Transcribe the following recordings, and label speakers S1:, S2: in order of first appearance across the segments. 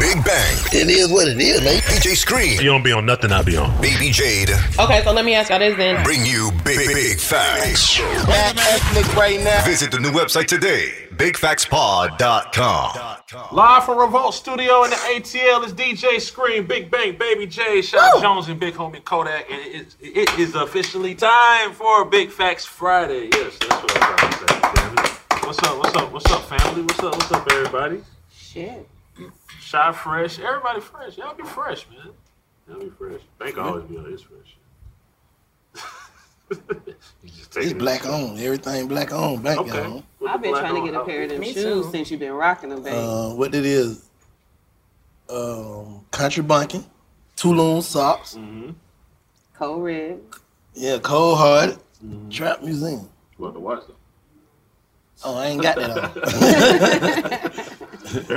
S1: Big Bang. It is what it is, man. BJ Screen.
S2: You don't be on nothing I be on.
S1: Baby Jade
S3: Okay, so let me ask y'all this then.
S1: bring you big, big, facts. Visit the new website today, bigfactspod.com.
S4: Live from Revolt Studio in the ATL is DJ Scream, Big Bang, Baby J, Sean Jones, and Big Homie Kodak. And it is, it is officially time for Big Facts Friday. Yes, that's what I'm trying to say. family. What's up? What's up? What's up, family? What's up? What's up, everybody?
S3: Shit.
S4: Shy fresh. Everybody fresh. Y'all be fresh, man. Y'all be fresh. Bank always be on his fresh. You just taking
S5: It's
S4: it.
S5: black on. Everything black on. Black
S4: Okay.
S5: on.
S4: With
S3: I've
S4: the
S3: been
S4: black
S3: trying to
S4: on
S3: get a
S4: outfit.
S3: pair of them
S6: Me
S3: shoes
S6: too.
S3: since you've been rocking them, babe.
S5: Uh, what it is? Um, country bunking, Tulum socks.
S4: Mm-hmm.
S3: Cold red.
S5: Yeah, cold hard. Trap museum.
S4: You have to Mm-hmm. watch them.
S5: Oh, I ain't got that on.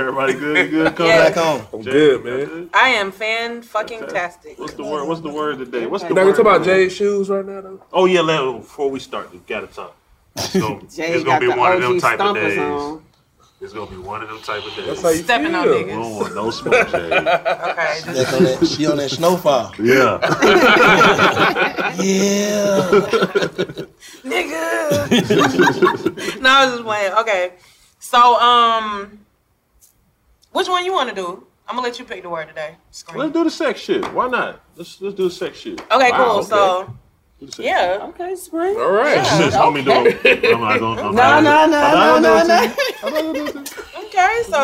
S4: Everybody good? You good? Kodak?
S5: Black on.
S2: I'm good, man.
S3: I am fan fucking tastic.
S4: What's the word? What's the word today? What's the
S2: Now we
S4: word?
S2: talk about Jay's shoes right now, though.
S4: Oh yeah, let, before we start, we gotta talk. So,
S3: Jay
S4: it's gonna
S3: got
S4: be
S3: the
S4: one of them
S3: OG
S4: type of days.
S3: stompers on.
S4: It's gonna be one of them type of
S2: That's how
S4: days.
S2: you
S3: Stepping on
S2: feel.
S4: We
S3: niggas.
S4: don't want no smoke, Jay.
S3: Okay. just-
S5: That's on that. She on that snowfall.
S4: Yeah.
S5: Yeah.
S3: Nigga. no, I was just playing. Okay. So, um, which one you want to do? I'm going to let you pick the word today.
S4: let's
S3: Scream.
S4: do the sex shit. Why not? Let's let's do the sex shit.
S3: Okay,
S4: Wow,
S3: cool.
S4: okay. Do
S3: So,
S4: the sex shit.
S3: yeah.
S7: Okay, spring.
S2: All right.
S4: Since homie doing, I'm not gonna. I'm
S3: No,
S4: not
S3: no,
S4: gonna-
S3: no,
S4: I'm
S3: no,
S4: not
S3: no,
S4: gonna do it to you. I'm not gonna do it to you.
S3: Okay, so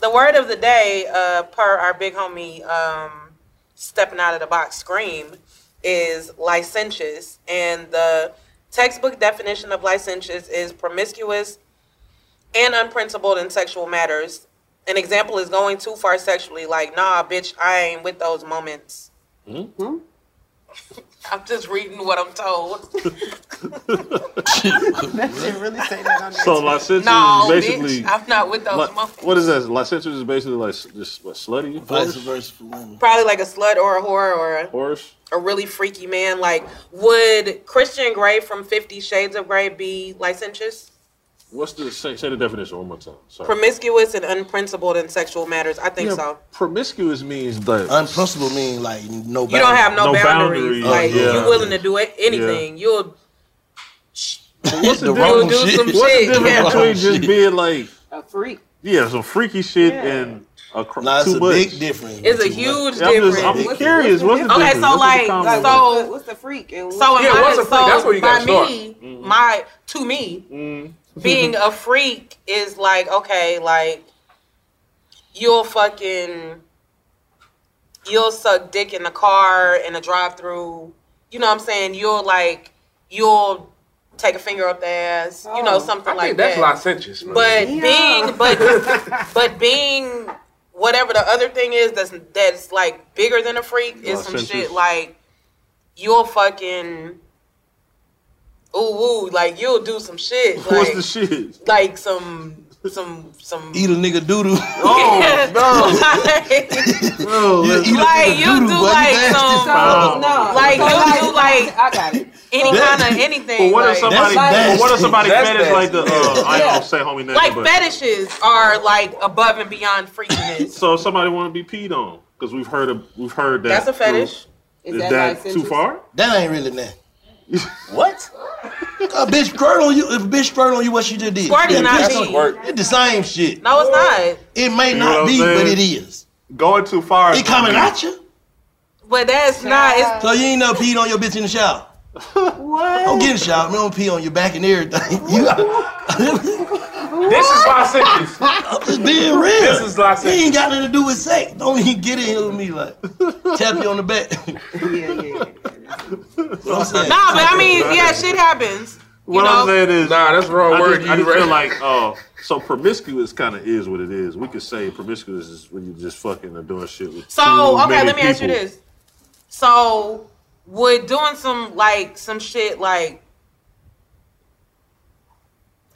S3: the word of the day, uh, per our big homie, um, stepping out of the box, scream, is licentious, and the Textbook definition of licentious is promiscuous and unprincipled in sexual matters. An example is going too far sexually, like, nah, bitch, I ain't with those moments.
S4: Mm-hmm.
S3: I'm just reading what I'm told.
S4: Hmm?
S8: that shit really say that on
S4: So licentious
S3: No,
S4: is basically.
S3: bitch, I'm not with those
S4: Li-
S3: moments.
S4: what is that? Licentious is basically like s- just what, slutty.
S5: Vice versa for women.
S3: Probably like a slut or a whore or a
S4: Horse.
S3: a really freaky man. Like, would Christian Grey from Fifty Shades of Grey be licentious?
S4: What's the say, say the definition one more time? Sorry.
S3: Promiscuous and unprincipled in sexual matters. I think
S4: Yeah,
S3: so.
S4: Promiscuous means the
S5: unprincipled means like no.
S3: You don't have no,
S4: No
S3: boundaries.
S4: boundaries.
S3: Like,
S4: Oh, yeah.
S3: you're willing to do it- anything. You'll
S4: What's the
S3: Dude, wrong do shit. some
S4: What's
S3: shit,
S4: the difference
S3: yeah.
S4: between just being like
S3: a freak.
S4: yeah, some freaky shit and a cr-
S5: Nah, it's
S4: too
S5: a
S4: much?
S5: big difference.
S3: It's a huge
S4: Yeah, I'm just-
S3: difference.
S4: I'm curious, what's the
S3: okay,
S4: difference?
S3: so
S4: What's the
S3: like,
S4: common
S3: so
S8: what's the freak? And
S3: So in
S8: yeah,
S3: my,
S8: what's a freak?
S3: so
S8: That's where you
S3: by
S8: gotta start. Mm-hmm.
S3: me, my to me, being a freak is like okay, like you'll fucking you'll suck dick in the car in a drive through. You know what I'm saying? You'll like you'll take a finger up the ass. you
S5: Oh,
S3: know something
S8: Oh, I
S3: like
S8: think that's
S3: that.
S8: licentious, man.
S3: But being but but being whatever the other thing is that's that's like bigger than a freak is some
S8: Licentious.
S3: shit like you'll fucking ooh woo like you'll do some shit
S4: What's
S3: like
S4: the shit?
S3: like some some some
S5: Eat a nigga doodoo.
S3: Oh,
S5: Oh,
S3: no.
S5: no. you eat a
S3: like
S5: nigga
S3: you
S5: doodoo,
S3: do
S5: buddy,
S3: like
S5: nasty
S4: No.
S3: some no like
S8: So,
S3: you
S8: like-
S3: do like
S8: I got it.
S3: any
S4: That-
S3: kind of
S4: But
S3: anything
S4: what if
S3: like,
S4: somebody?
S5: That's
S4: But what if somebody
S5: nasty.
S4: fetish like the? Uh, I ain't gonna say homie name,
S3: like
S4: but
S3: fetishes are like above and beyond freakiness
S4: so if somebody want to be peed on because we've heard of, we've heard that.
S3: That's a fetish.
S4: Is,
S3: Is that
S4: that,
S3: licentious?
S4: too far?
S5: That ain't really that. what? A bitch squirt on you. If a bitch squirt on you, what she just did?
S3: Squirt is
S5: Yeah,
S3: not
S5: that's
S3: pee.
S5: squirt. It's the same shit.
S3: no it's not
S5: It may
S4: You know what
S5: not
S4: I'm
S5: be,
S4: saying?
S5: but it is.
S4: Going too far.
S5: It coming at you.
S3: but that's not it's
S5: So you ain't never peed on your bitch in the shower.
S8: What?
S5: Don't get in the shower. We don't pee on your back and everything. You,
S8: This is licentious.
S5: I'm just being real.
S8: This is
S5: It
S8: licentious.
S5: ain't got nothing to do with sex. Don't even get in here with me like tap you on the back.
S8: yeah, yeah.
S5: What I'm saying.
S3: nah but I mean yeah shit happens you
S4: What I'm
S3: know
S4: saying is,
S8: Nah, that's the wrong
S4: I
S8: word.
S4: just, I
S8: you
S4: just feel
S8: right.
S4: like, uh, so promiscuous kind of is what it is. We could say promiscuous is when you just fucking are doing shit with.
S3: so
S4: too
S3: okay
S4: many
S3: let me ask you
S4: people.
S3: this so would doing some like some shit like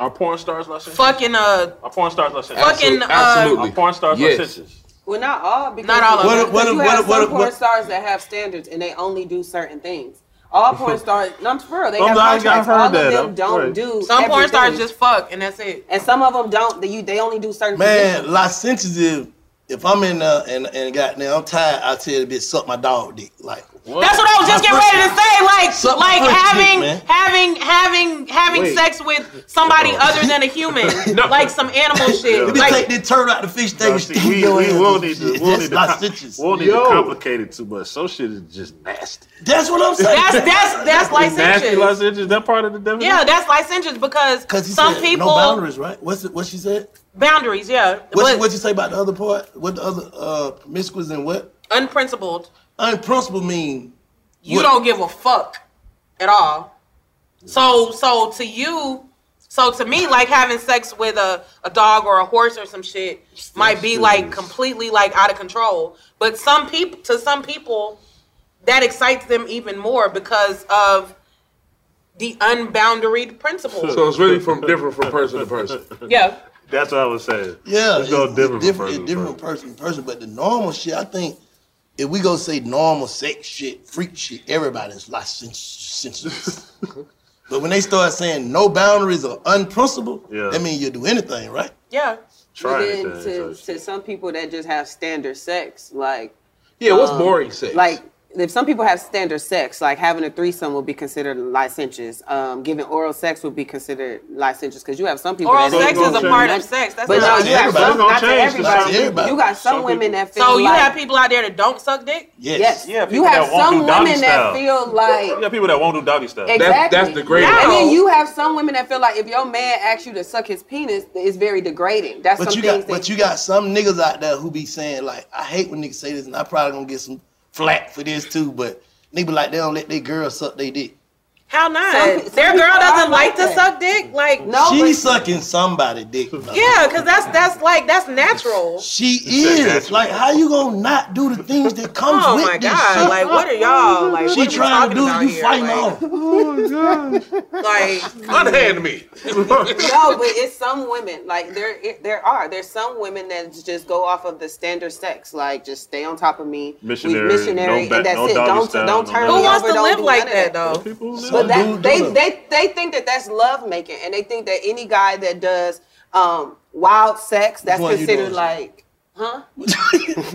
S4: Are porn stars licentious?
S3: fucking uh
S4: Are porn stars licentious?
S3: Fucking, uh, Absolutely.
S4: Are porn stars
S8: Yes.
S4: licentious?
S9: Well, not all. Because
S3: Not all of
S9: because
S3: them.
S5: What-
S9: you
S5: what-
S9: have
S5: what- what-
S9: some porn
S5: what-
S9: stars that have standards and they only do certain things. All porn stars, no, I'm for real, they have
S4: Sometimes I
S9: contracts.
S4: heard
S9: All of
S4: that, though.
S9: them don't
S4: Right.
S9: do.
S3: some porn stars
S9: everything.
S3: just fuck and that's it
S9: and some of them don't. They you they only do certain.
S5: Man,
S9: positions.
S5: licentious is if I'm in uh and and goddamn I'm tired, I tell the bitch suck my dog dick. Like
S3: That's what I was just
S5: My
S3: getting
S5: first-
S3: ready to say. Like,
S5: Suck my
S3: like
S5: first dick,
S3: having,
S5: man. Oh.
S3: having, having, having
S4: Wait.
S3: sex with somebody other than a human, like some animal shit.
S5: Let me
S3: Like,
S5: take this turd out the fish tank.
S4: No,
S5: and
S4: see,
S5: stick
S4: we,
S5: your
S4: we
S5: ass
S4: won't
S5: in
S4: need to,
S5: shit.
S4: we won't
S5: That's
S4: need to,
S5: licentious.
S4: com- won't need to complicate it too much. So shit is just nasty.
S5: That's what I'm saying.
S3: that's that's that's
S4: Is nasty
S3: licentious.
S4: licentious. That part of the definition.
S3: Yeah, that's licentious because
S5: Cause you
S3: some
S5: said
S3: people
S5: no
S3: boundaries.
S5: boundaries, right? What's it, what she said?
S3: yeah,
S5: What you,
S3: but
S5: what you say about the other part? What the other uh promiscuous and what?
S3: unprincipled.
S5: Unprincipled mean
S3: You
S5: What?
S3: don't give a fuck at all. So, so to you, so to me, like having sex with a, a dog or a horse or some shit might be like completely like out of control. But some people, to some people, that excites them even more because of the unboundaried principle.
S8: So it's really from different from person to person.
S3: yeah.
S4: That's what I was saying.
S5: Yeah,
S4: It's no different from
S5: different,
S4: person
S5: it's
S4: to
S5: different person to person. But the normal shit, I think, if we go say normal sex shit, freak shit, everybody's licentious. but when they start saying no boundaries or unprincipled,
S4: Yeah.
S5: that means you do anything, right?
S3: Yeah.
S4: Try
S9: But
S4: it.
S9: then
S4: then,
S9: to,
S4: so-
S9: to some people that just have standard sex, like
S8: Yeah, what's
S9: um,
S8: boring sex?
S9: Like if some people have standard sex, like having a threesome will be considered licentious. Um, giving oral sex would be considered licentious because you have some people.
S3: Oral
S9: that
S3: sex
S4: gonna
S3: is a
S4: change.
S3: part of sex. That's
S9: But
S3: not-
S9: no,
S5: Not
S9: you have
S5: everybody.
S9: some, not to
S4: It's gonna change.
S9: everybody.
S5: Not to everybody.
S9: You got some,
S4: Some
S9: women
S4: people-
S9: that feel
S3: so you
S9: like
S3: have people out there that don't suck dick.
S5: Yes.
S9: yes,
S4: Yeah, people
S9: you have
S4: that won't
S9: some
S4: do doggy
S9: women that
S4: style.
S9: feel like
S4: You got people that won't do doggy style.
S9: Exactly.
S8: That- that's degrading.
S9: And
S3: No.
S9: then you have some women that feel like if your man asks you to suck his penis, it's very degrading. That's
S5: But
S9: some
S5: you
S9: things
S5: got,
S9: that
S5: but you got some niggas out there who be saying like, I hate when niggas say this, and I probably gonna get some flack for this too. But niggas like they don't let their girl suck their dick.
S3: How not?
S9: Some- some
S3: Their girl
S9: people
S3: doesn't like
S9: are like
S3: to
S9: that.
S3: suck dick. Like
S5: she sucking somebody dick.
S3: yeah, because that's that's like that's natural.
S5: She is like, how you gonna not do the things that comes
S3: Oh
S5: with
S3: my
S5: this
S3: God,
S5: shit?
S3: like, what are y'all- like,
S5: she
S3: what are we
S5: trying to
S3: talking
S5: do
S3: about
S5: it, you
S3: here?
S5: fighting
S3: Like-
S5: off.
S9: Oh my god.
S3: Like
S8: Unhand me.
S9: no, but it's some women like there. It, there are there's some women that just go off of the standard sex, like just stay on top of me, we
S8: Missionary,
S9: missionary,
S8: no ba-
S9: and that's
S8: no
S9: it.
S8: doggy
S9: Don't
S8: style,
S9: don't
S8: no
S9: turn
S8: nothing.
S9: me
S8: Who wants
S9: over.
S8: to
S9: don't
S8: live
S9: do
S8: like
S9: none of
S8: that, though?
S9: But
S8: do
S9: that they,
S8: that.
S9: they they think that that's love making, and they think that any guy that does um, wild sex that's
S8: Boy, you
S9: considered
S8: know.
S9: like, huh?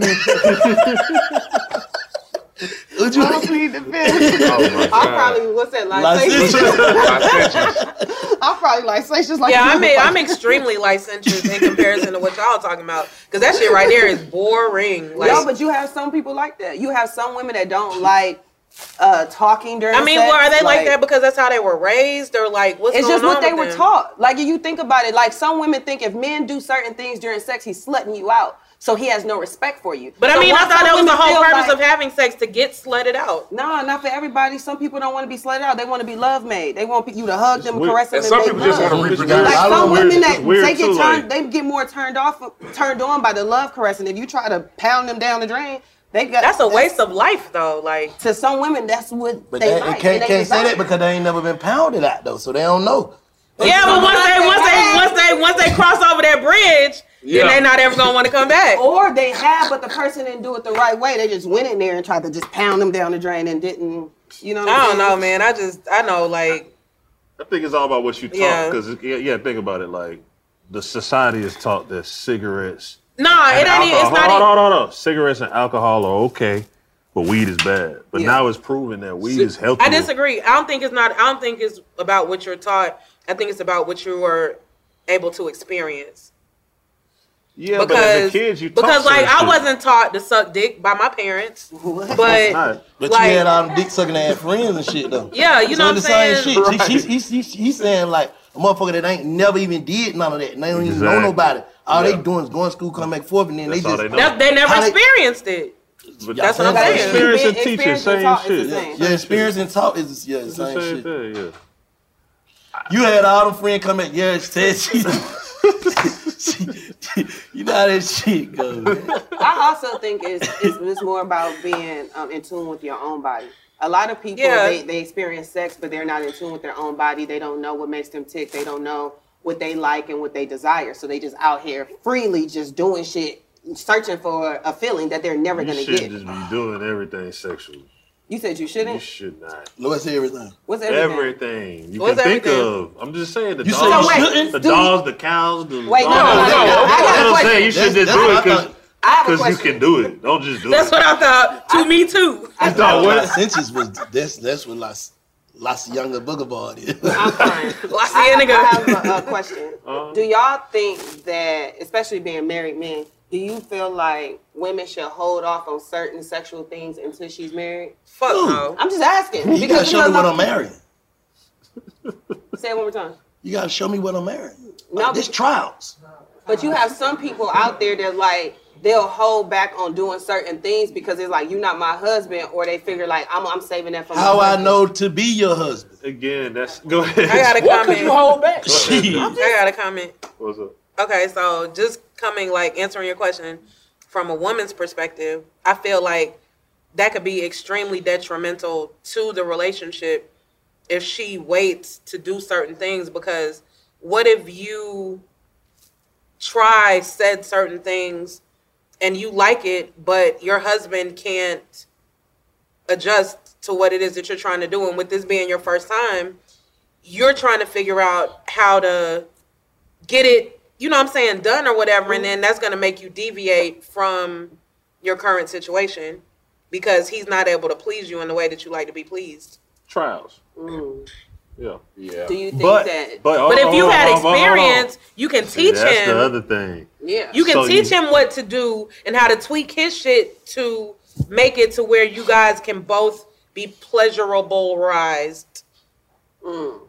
S5: Would
S8: you-
S9: I don't need to
S8: Oh, my
S9: I'll
S8: God.
S9: probably what's that
S8: Licentious.
S9: licentious. I'll probably licentious like
S3: yeah,
S9: you,
S3: I'm e,
S9: like-
S3: I'm extremely licentious in comparison to what y'all talking about because that shit right there is boring. Like,
S9: no, but you have some people like that. You have some women that don't like uh, talking during.
S3: I mean,
S9: sex,
S3: well, are they like, that because that's how they were raised, or like what's
S9: it's
S3: going
S9: just what
S3: on
S9: they
S3: with
S9: were
S3: them?
S9: taught. Like if you think about it, like some women think if men do certain things during sex, he's slutting you out, so he has no respect for you.
S3: But I
S9: So
S3: mean, I
S9: why
S3: thought
S9: some
S3: that was the
S9: women
S3: whole
S9: feel
S3: purpose
S9: like-
S3: of having sex to get slutted out.
S9: Nah, not for everybody. Some people don't want to be slutted out. They want to be love made. They want you to hug them,
S8: weird.
S9: caress them,
S8: And some
S9: make
S8: people just
S9: love.
S8: wanna reproduce.
S9: Like
S8: It's
S9: some
S8: weird.
S9: women
S8: It's
S9: that
S8: weird
S9: they get
S8: too,
S9: turned, they get more turned off, turned on by the love caressing. If you try to pound them down the drain, they got
S3: That's a waste of life, though. Like
S9: to some women, that's what
S5: But
S9: they
S5: they,
S9: like. and
S5: can't,
S9: they
S5: can't say
S9: desire.
S5: that because they ain't never been pounded out though, so they don't know.
S3: Yeah, but once they once they once they once they cross over that bridge,
S5: Yeah.
S3: then they not ever gonna want to come back.
S9: Or they have, but the person didn't do it the right way. They just went in there and tried to just pound them down the drain and didn't. You know. What
S3: I
S9: I'm
S3: don't
S9: saying?
S3: know, man. I just I know like
S4: I think it's all about what you talk.
S3: Yeah.
S4: Because yeah, yeah, think about it. Like the society is taught that cigarettes.
S3: nah, it
S4: and
S3: ain't. It's
S4: alcohol-
S3: not.
S4: Hold on,
S3: Even,
S4: hold on, hold on. Cigarettes and alcohol are okay, but weed is bad. But now it's proven that weed is healthy.
S3: I disagree. I don't think it's not. I don't think it's about what you're taught. I think it's about what you were able to experience.
S4: Yeah, but as a kid, you talk
S3: because
S4: certain
S3: like I
S4: shit.
S3: wasn't taught to suck dick by my parents,
S5: It's
S3: but
S5: not. but
S3: like-
S5: you had all them dick sucking ass friends and shit though.
S3: Yeah, you know what
S5: it's
S3: I'm
S5: the
S3: saying?
S5: Same shit. She- she- she- she- He's saying like a motherfucker that ain't never even did none of that, and they don't even know
S4: Exactly.
S5: nobody. All
S4: Yeah.
S5: they doing is going to school, come back forth, and then
S4: That's
S5: they
S4: all
S5: just
S4: they know.
S3: that, they never
S5: How
S3: experienced it.
S4: But
S3: That's what I'm
S5: Like,
S3: saying.
S4: Experience and teaching,
S5: experience
S4: same
S5: talk
S4: shit.
S5: is the same. Yeah, experience and talk is yeah, the
S4: It's the
S5: same,
S4: same
S5: shit.
S4: thing, yeah.
S5: You had all them friends come at yeah, she said she. you know how that shit goes.
S9: I also think it's, it's it's more about being um, in tune with your own body. A lot of people
S3: Yeah.
S9: they, they experience sex, but they're not in tune with their own body. They don't know what makes them tick. They don't know what they like and what they desire. So they just out here freely just doing shit, searching for a feeling that they're never
S4: You
S9: gonna
S4: should
S9: get.
S4: just be doing everything sexual.
S9: You said you shouldn't.
S4: You should not.
S5: What's everything?
S9: What's everything?
S4: Everything you
S9: What's
S4: can think
S9: everything?
S4: of. I'm just saying the
S5: You said
S4: dogs,
S5: you shouldn't?
S4: the
S5: Do you-
S4: dogs, the cows, the
S9: Wait, no,
S4: all
S9: no,
S4: that.
S9: no,
S4: That's
S9: no, no. I got a
S4: what I'm
S9: question.
S4: saying. You should
S9: That's-
S4: just
S9: that's
S4: do
S9: what
S4: it
S9: I
S4: because
S9: I have a
S4: you
S9: question.
S4: can do it. Don't just do
S3: That's
S4: it.
S3: what I thought. To me too.
S5: I
S4: thought what?
S5: licentious was that's that's what lots lots of younger boulevard is.
S3: Well, I see a
S9: I
S3: nigga.
S9: have a, a question.
S4: Uh-huh.
S9: do y'all think that, especially being married men, do you feel like women should hold off on certain sexual things until she's married?
S3: Fuck no.
S9: I'm just asking.
S5: You gotta show me what
S9: know-
S5: I'm marrying.
S9: Say it one more time.
S5: You gotta show me what I'm marrying.
S9: No,
S5: It's trials.
S9: but you have some people out there that like they'll hold back on doing certain things because it's like you're not my husband, or they figure like I'm, I'm saving that for my
S5: How I
S9: husband.
S5: know to be your husband.
S4: Again, that's go ahead.
S3: I got a
S4: What
S3: comment.
S4: could you hold back?
S3: I got a comment.
S4: What's up?
S3: Okay, so just coming like answering your question from a woman's perspective, I feel like that could be extremely detrimental to the relationship if she waits to do certain things because what if you try said certain things and you like it but your husband can't adjust to what it is that you're trying to do and with this being your first time you're trying to figure out how to get it, you know what I'm saying, done or whatever,
S9: Mm-hmm.
S3: and then that's gonna make you deviate from your current situation because he's not able to please you in the way that you like to be pleased.
S4: Trials.
S9: Mm.
S4: Yeah. Yeah.
S9: Do you think that?
S4: But,
S3: But if
S4: hold
S3: you
S4: on,
S3: had
S4: hold on, hold on.
S3: experience, you can
S4: See,
S3: teach
S4: That's the
S3: him.
S4: other thing.
S9: Yeah.
S3: You can
S4: So
S3: teach him what to do and how to tweak his shit to make it to where you guys can both be pleasurableized.
S9: Mm.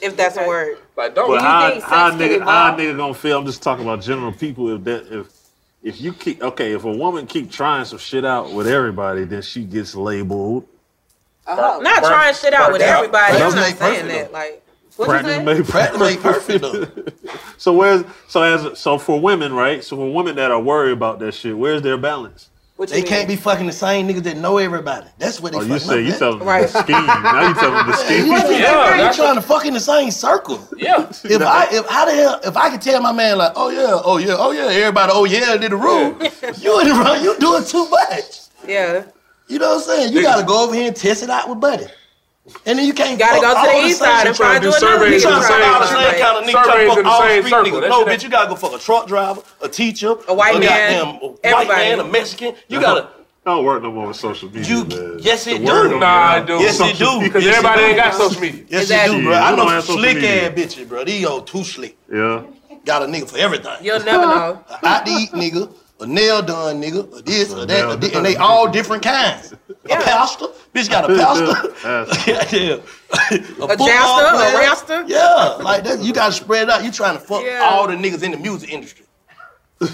S3: If that's a word.
S8: Like,
S4: But how, how, nigga, how nigga gonna feel? I'm just talking about general people. If that if if you keep okay, if a woman keep trying some shit out with everybody, then she gets labeled
S9: Oh,
S3: Not trying shit out with
S4: Practice-
S3: everybody. I'm
S4: practice
S3: not
S4: make
S3: saying
S4: perfect,
S3: that. Like, what you
S4: Practice
S3: say?
S4: made perfect. so where's so as so for women, right? So for women that are worried about that shit, where's their balance?
S9: What
S5: they can't be fucking the same niggas that know everybody. That's what they
S4: Oh,
S5: fucking
S4: you say you
S5: up at.
S4: telling them the scheme. Now you telling them the scheme.
S5: You know, you
S4: that's-
S5: trying to fuck in the same circle.
S4: Yeah.
S5: If I if how the hell if I could tell my man like, oh yeah, oh yeah, oh yeah, everybody, oh yeah, did the rule. you in the wrong, you doing too much.
S3: Yeah.
S5: You know what I'm saying? You gotta go over here and test it out with buddy. And then you can't fuck
S3: Gotta go to
S5: all
S3: the
S5: same
S3: east side and
S5: shit.
S3: try to do another
S5: You
S3: nigga
S5: trying to fuck
S3: try.
S5: all the
S3: Surveys
S5: same kind of
S3: in
S5: niggas, trying to
S3: the
S5: fuck all
S3: same
S5: street
S3: circle.
S5: niggas.
S3: That
S5: No,
S3: shit
S5: bitch, you gotta go fuck a truck driver, a teacher, a
S3: white man,
S5: goddamn white
S3: everybody.
S5: man, a Mexican. You gotta
S4: I don't work no more with social media. You, man.
S5: Yes, it
S4: The word
S5: do.
S4: don't get out.
S5: Yes, it
S4: Social
S5: do.
S4: media.
S5: Yes, it do, bro. Yes, it do, bro.
S4: Yeah,
S5: I
S4: we don't
S5: know
S4: have
S5: some
S4: social
S5: slick
S4: media.
S5: ass bitches, bro. These old too slick.
S4: Yeah.
S5: Got a nigga for everything.
S3: You'll never know.
S5: I eat nigga, a nail done nigga, a this, a that, a thi- and they all different kinds. A pastor, bitch got a pastor. yeah, yeah. A,
S3: A
S5: football
S3: jouster, a
S5: player.
S3: raster?
S5: Yeah, like that. You gotta spread it out. You trying to fuck all the niggas in the music industry.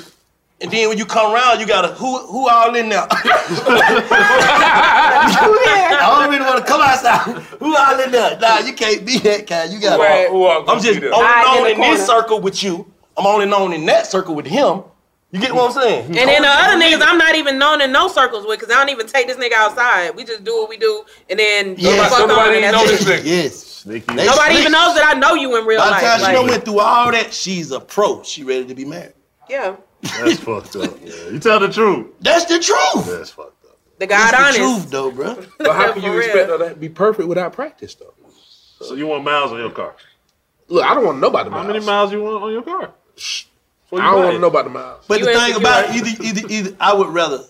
S5: And then when you come around, you gotta who who all in there? I don't really want to come outside. Who all in there? Nah, you can't be that kind. You gotta.
S8: Right. Who all gonna
S5: I'm just
S8: be
S5: only
S8: there? Hide in
S5: known
S8: the
S5: in this
S8: corner.
S5: circle with you. I'm only known in that circle with him. You get what I'm saying?
S3: And then the other niggas I'm not even known in no circles with because I don't even take this nigga outside. We just do what we do and then
S5: Yes.
S3: fuck on and that's it.
S5: Yes. They
S3: Nobody
S5: slick.
S3: even knows that I know you in real
S5: By the
S3: life.
S5: time she
S3: like,
S5: done went through all that, she's a pro. She ready to be married.
S3: yeah.
S4: That's fucked up. Yeah. You tell the truth.
S5: That's the truth.
S4: That's fucked up.
S3: The God
S5: It's
S3: honest.
S5: the truth, though, bro.
S8: But how can
S3: For
S8: you
S3: real.
S8: expect her to be perfect without practice, though?
S4: So you want miles on your car?
S8: Look, I don't want nobody.
S4: How many miles you want on your
S8: I
S4: car? you
S8: don't
S4: buy
S8: want
S4: it.
S8: nobody miles.
S5: But the thing about it, either, either, either, I would rather.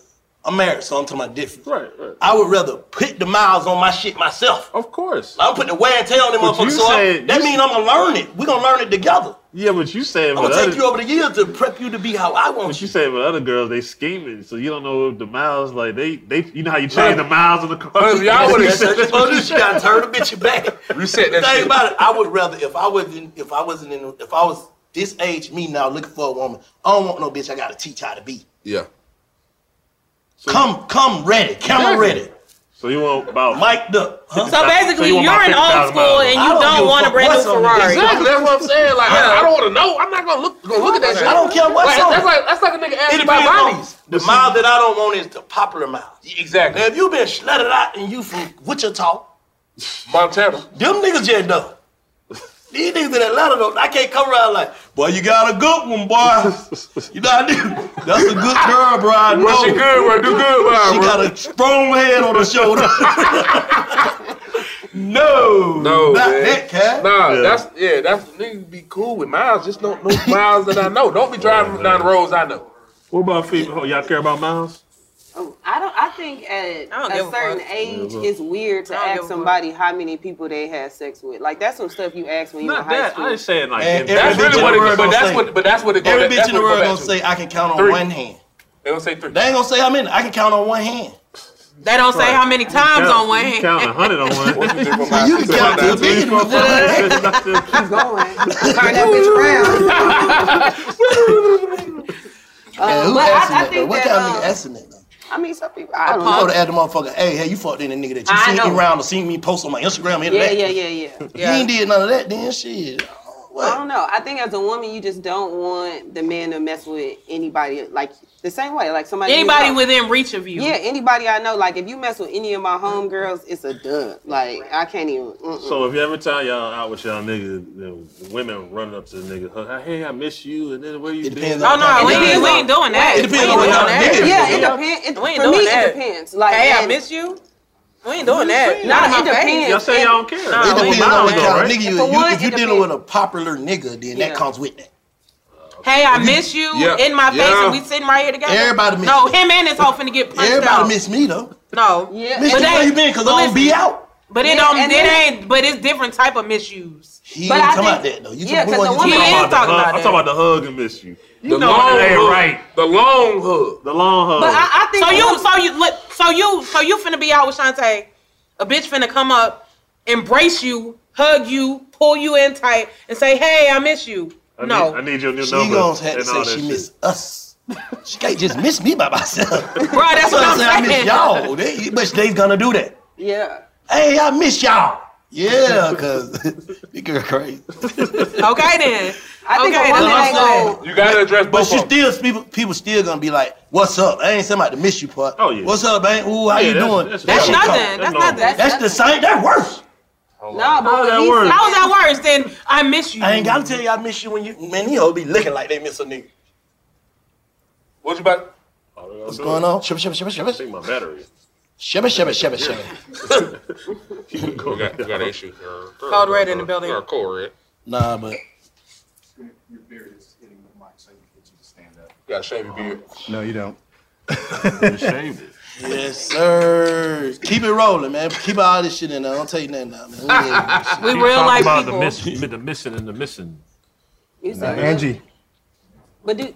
S5: I'm married, so I'm talking about different.
S4: Right, right.
S5: I would rather put the miles on my shit myself.
S4: Of course.
S5: I'm putting the wear and tear on them
S4: But you
S5: motherfuckers. So I-
S4: said-
S5: that
S4: you
S5: means I'm gonna learn it. We're gonna learn it together.
S4: Yeah, but you saying
S5: I'm
S4: with
S5: gonna take
S4: other-
S5: you over the years to prep you to be how I want
S4: But you saying with other girls, they scheming, so you don't know if the miles like they they you know how you change the miles on the car.
S5: Well, if y'all would've said
S4: That's
S5: that,
S4: what you
S5: you gotta turn the bitch back.
S8: Reset
S5: The
S8: that
S5: thing
S8: shit.
S5: about it, I would rather if I wasn't if I wasn't in if I was this age me now looking for a woman. I don't want no bitch. I gotta teach how to be.
S8: Yeah.
S5: come, come ready, camera
S4: Exactly.
S5: ready.
S4: So you want about
S5: mic'd up. huh?
S3: So basically,
S4: want
S3: you're
S4: about
S3: an
S4: 50,000 miles
S3: old school
S4: on
S3: and
S4: it.
S3: you
S5: I
S3: don't,
S5: don't give a
S3: want a
S5: fuck
S3: brand new
S5: what's on it.
S3: Ferrari.
S8: Exactly. That's what I'm saying. Like, I, I don't want to know. I'm not gonna look gonna look at that shit.
S5: I don't care what's
S8: Like,
S5: on
S8: that's
S5: it.
S8: like that's like a nigga
S5: It
S8: asking
S5: depends
S8: about
S5: on-
S8: bodies.
S5: The mile that I don't want is the popular mile.
S8: Exactly.
S5: Now, if you been slutted out and you from Wichita,
S8: Montana.
S5: Them niggas just know. These niggas in Atlanta though, I can't come around like, boy, you got a good one, boy. You know I do. That's a good girl, bro. I know.
S8: Well, she good, bro. Do good, bro.
S5: She got a strong head on her shoulder. no,
S8: No,
S5: not
S8: man.
S5: that cat.
S8: Nah,
S4: Yeah.
S8: that's yeah, that's niggas be cool with miles. Just don't know miles that I know. Don't be driving down the roads I know.
S4: What about female? Y'all care about miles?
S9: Oh, I don't. I think at
S3: I don't give
S9: a
S3: a
S9: certain
S3: fuck.
S9: age,
S4: Yeah, but-
S9: it's weird to
S3: I don't give a
S9: ask
S3: fuck.
S9: somebody how many people they had sex with. Like that's some stuff you ask when you were in
S4: Not
S9: high
S4: that.
S9: school.
S4: I ain't saying like
S5: And every
S4: that.
S8: That's
S5: bitch
S8: really
S5: in
S8: what
S5: the
S8: it-
S5: world
S8: but
S5: gonna
S8: that's
S5: say-
S8: what- but that's what it go-
S5: Every
S8: that-
S5: bitch
S8: that's
S5: in the
S8: what it go
S5: world
S8: back
S5: gonna say
S8: to.
S5: I can count on
S8: Three.
S5: one hand.
S8: They don't say three.
S5: They ain't gonna say how many. I can count on one hand.
S3: They don't say how many times on one
S4: You
S3: hand.
S4: count a hundred on one.
S8: One, two, three, four, five,
S5: You
S8: six,
S5: can
S8: seven,
S5: count
S8: eight,
S5: to a
S8: nine, ten,
S5: billion with one hand.
S4: Keep
S9: going. Turn that bitch around.
S5: Man, who
S9: but I-
S5: asking
S9: I
S5: that? though?
S9: think
S5: What
S9: that,
S5: kind of nigga
S9: uh,
S5: asking that? though?
S9: I mean, some people. I
S5: You
S9: don't know.
S5: know to add the motherfucker, hey, hey, you fucked in a nigga that you
S9: I
S5: seen
S9: know.
S5: me around or seen me post on my Instagram. and
S9: Yeah,
S5: that.
S9: yeah, yeah, yeah.
S5: You ain't did none of that, then shit. What?
S9: I don't know. I think as a woman, you just don't want the man to mess with anybody. Like the same way, like somebody. you
S3: Anybody
S9: know-
S3: within reach of you.
S9: Yeah, anybody I know. Like if you mess with any of my homegirls, it's a dub. Like I can't even. Mm-mm.
S4: So if you ever time y'all out with y'all niggas, you know, women running up to the nigga, huh, hey, I miss you, and then where you been?
S5: depends
S3: Oh
S5: on-
S3: no, we
S5: It
S3: ain't,
S5: depends
S3: we
S5: on-
S3: ain't doing that.
S5: It depends
S3: we ain't
S5: on
S3: doing
S5: how
S3: that.
S5: nigga
S9: yeah,
S5: is,
S9: it
S5: yo.
S9: depends. It,
S3: We ain't
S9: for
S3: doing
S9: me,
S3: that.
S9: it depends. Like
S3: Hey, I
S9: and-
S3: miss you. We ain't doing that. Not in
S9: Nah,
S3: my
S9: it
S3: face.
S9: depends.
S4: Y'all say y'all don't care.
S3: Nah,
S5: It
S3: we
S5: depends
S3: ain't
S5: on
S3: doing
S5: what
S3: that.
S5: kind of nigga you
S9: For
S5: is. You-
S9: one,
S5: If you
S9: it
S5: dealing with
S9: depends.
S5: a popular nigga, then
S3: Yeah.
S5: that comes with that.
S3: Hey, I miss you
S8: Yeah.
S3: in my face,
S8: Yeah.
S3: and we sitting right here together.
S5: Everybody miss
S3: No,
S5: me.
S3: him and his hoe finna get punched
S5: Everybody
S3: out.
S5: miss me though.
S3: no,
S9: Yeah.
S5: Miss
S3: But
S5: you
S3: that-
S5: where you been? Cause
S3: but
S5: I don't be
S3: listen-
S5: out.
S3: but it
S9: Yeah,
S3: don't.
S9: and
S3: It
S9: then-
S3: ain't. But it's different type of misuse.
S5: He
S9: But
S5: ain't
S9: I
S5: talking about
S9: think-
S5: that though. You
S9: yeah,
S5: talking
S9: cause
S5: about
S9: the
S5: you
S3: He
S5: talking
S3: is
S9: woman-
S5: about?
S4: I'm
S3: talking about
S4: talking
S3: that.
S4: about the hug and miss you.
S8: The
S4: You know
S8: long
S4: it ain't
S8: hug.
S4: right.
S8: The long hug.
S4: The long hug.
S9: But I, I think.
S3: So
S9: the
S3: you,
S9: woman-
S3: so you, look, so you, so you finna be out with Shantae. A bitch finna come up, embrace you, hug you, pull you in tight, and say, "Hey, I miss you."
S4: I
S3: no,
S4: need, I need your new
S5: She
S4: number.
S5: gonna have to
S4: and all
S5: say
S4: that
S5: she
S4: shit.
S5: miss us. She can't just miss me by myself.
S3: bro, that's what I'm
S5: I miss
S3: saying.
S5: y'all. They, but they's gonna do that.
S9: Yeah.
S5: Hey, I miss y'all. Yeah, cause the girl crazy.
S3: okay then.
S9: I think
S3: okay,
S9: a woman
S3: that's
S9: ain't
S3: cool.
S9: gonna-
S5: You gotta address both. But she still people, people still gonna be like, "What's up?" I ain't somebody to miss you part. Oh yeah. What's up, man? Ooh, how
S3: Yeah,
S5: you
S3: that's-
S5: doing?
S3: that's
S5: That shit
S3: nothing.
S5: cold.
S3: That's That's nothing. nothing.
S5: That's the same. That's worse.
S9: No,
S3: but How is that when he- worse? how is that worse? Then I miss you.
S5: I ain't gotta tell you I miss you when you man. You all be looking like they miss a nigga.
S8: What you about?
S5: What's going on? Shibba shibba shibba shibba. I think
S8: my battery.
S5: Shibba shibba shibba shibba.
S4: you got, you got an issue.
S3: Code red in the building.
S4: Or code red.
S5: Nah, but
S4: Your beard is hitting the mic, so you get you to stand up. You gotta shave your beard.
S10: No, you don't.
S4: shaved it.
S5: Yes, sir. Keep it rolling, man. Keep all this shit in there. Don't take nothing out, man.
S3: We
S5: ain't-
S3: real
S4: Talk
S3: life
S4: about
S3: people.
S4: The, miss, the missing and the missing.
S9: You
S10: Nah,
S9: said-
S10: Angie,
S9: But do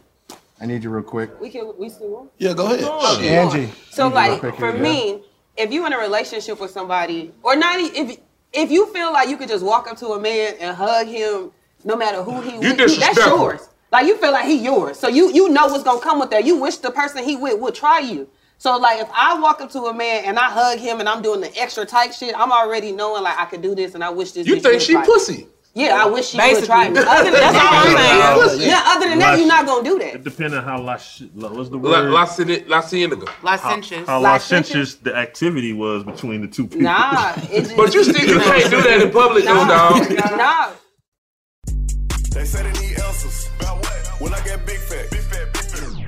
S10: I need you real quick.
S9: we can we still want?
S5: Yeah, go ahead.
S9: Oh,
S10: Shit. Angie.
S9: So
S10: Angie,
S9: like
S10: real quick
S9: for
S10: here,
S9: me, if you in a relationship with somebody, or not e- if if you feel like you could just walk up to a man and hug him, no matter who he
S8: You
S9: with, that's
S8: disrespectful.
S9: yours. Like you feel like he yours, so you you know what's gonna come with that. You wish the person he with would try you. So like if I walk up to a man and I hug him and I'm doing the extra tight shit, I'm already knowing like I could do this and I wish this.
S8: You
S9: bitch
S8: think
S9: would
S8: she
S9: try me.
S8: pussy?
S9: Yeah, I wish she
S8: Basically.
S9: would try me. Other than, that's all I'm saying. Yeah, other than that, you're not gonna do that.
S4: It depends on how lascivious. What's the
S8: La,
S4: word?
S8: la, cini- la Cienega.
S4: How, how licentious the activity was between the two people.
S9: Nah, it just,
S8: But you still you can't do that in public, though, dog.
S9: nah.
S1: They say they need answers. About what? When I get big fat, big fat, big fat.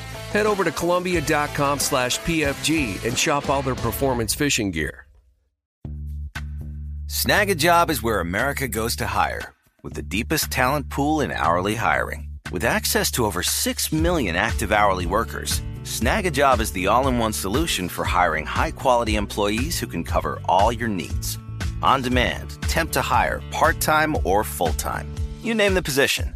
S11: head over to Columbia.com slash PFG and shop all their performance fishing gear.
S12: Snag a job is where America goes to hire, with the deepest talent pool in hourly hiring. With access to over 6 million active hourly workers, Snag a job is the all in one solution for hiring high quality employees who can cover all your needs. On demand, temp to hire, part time or full time. You name the position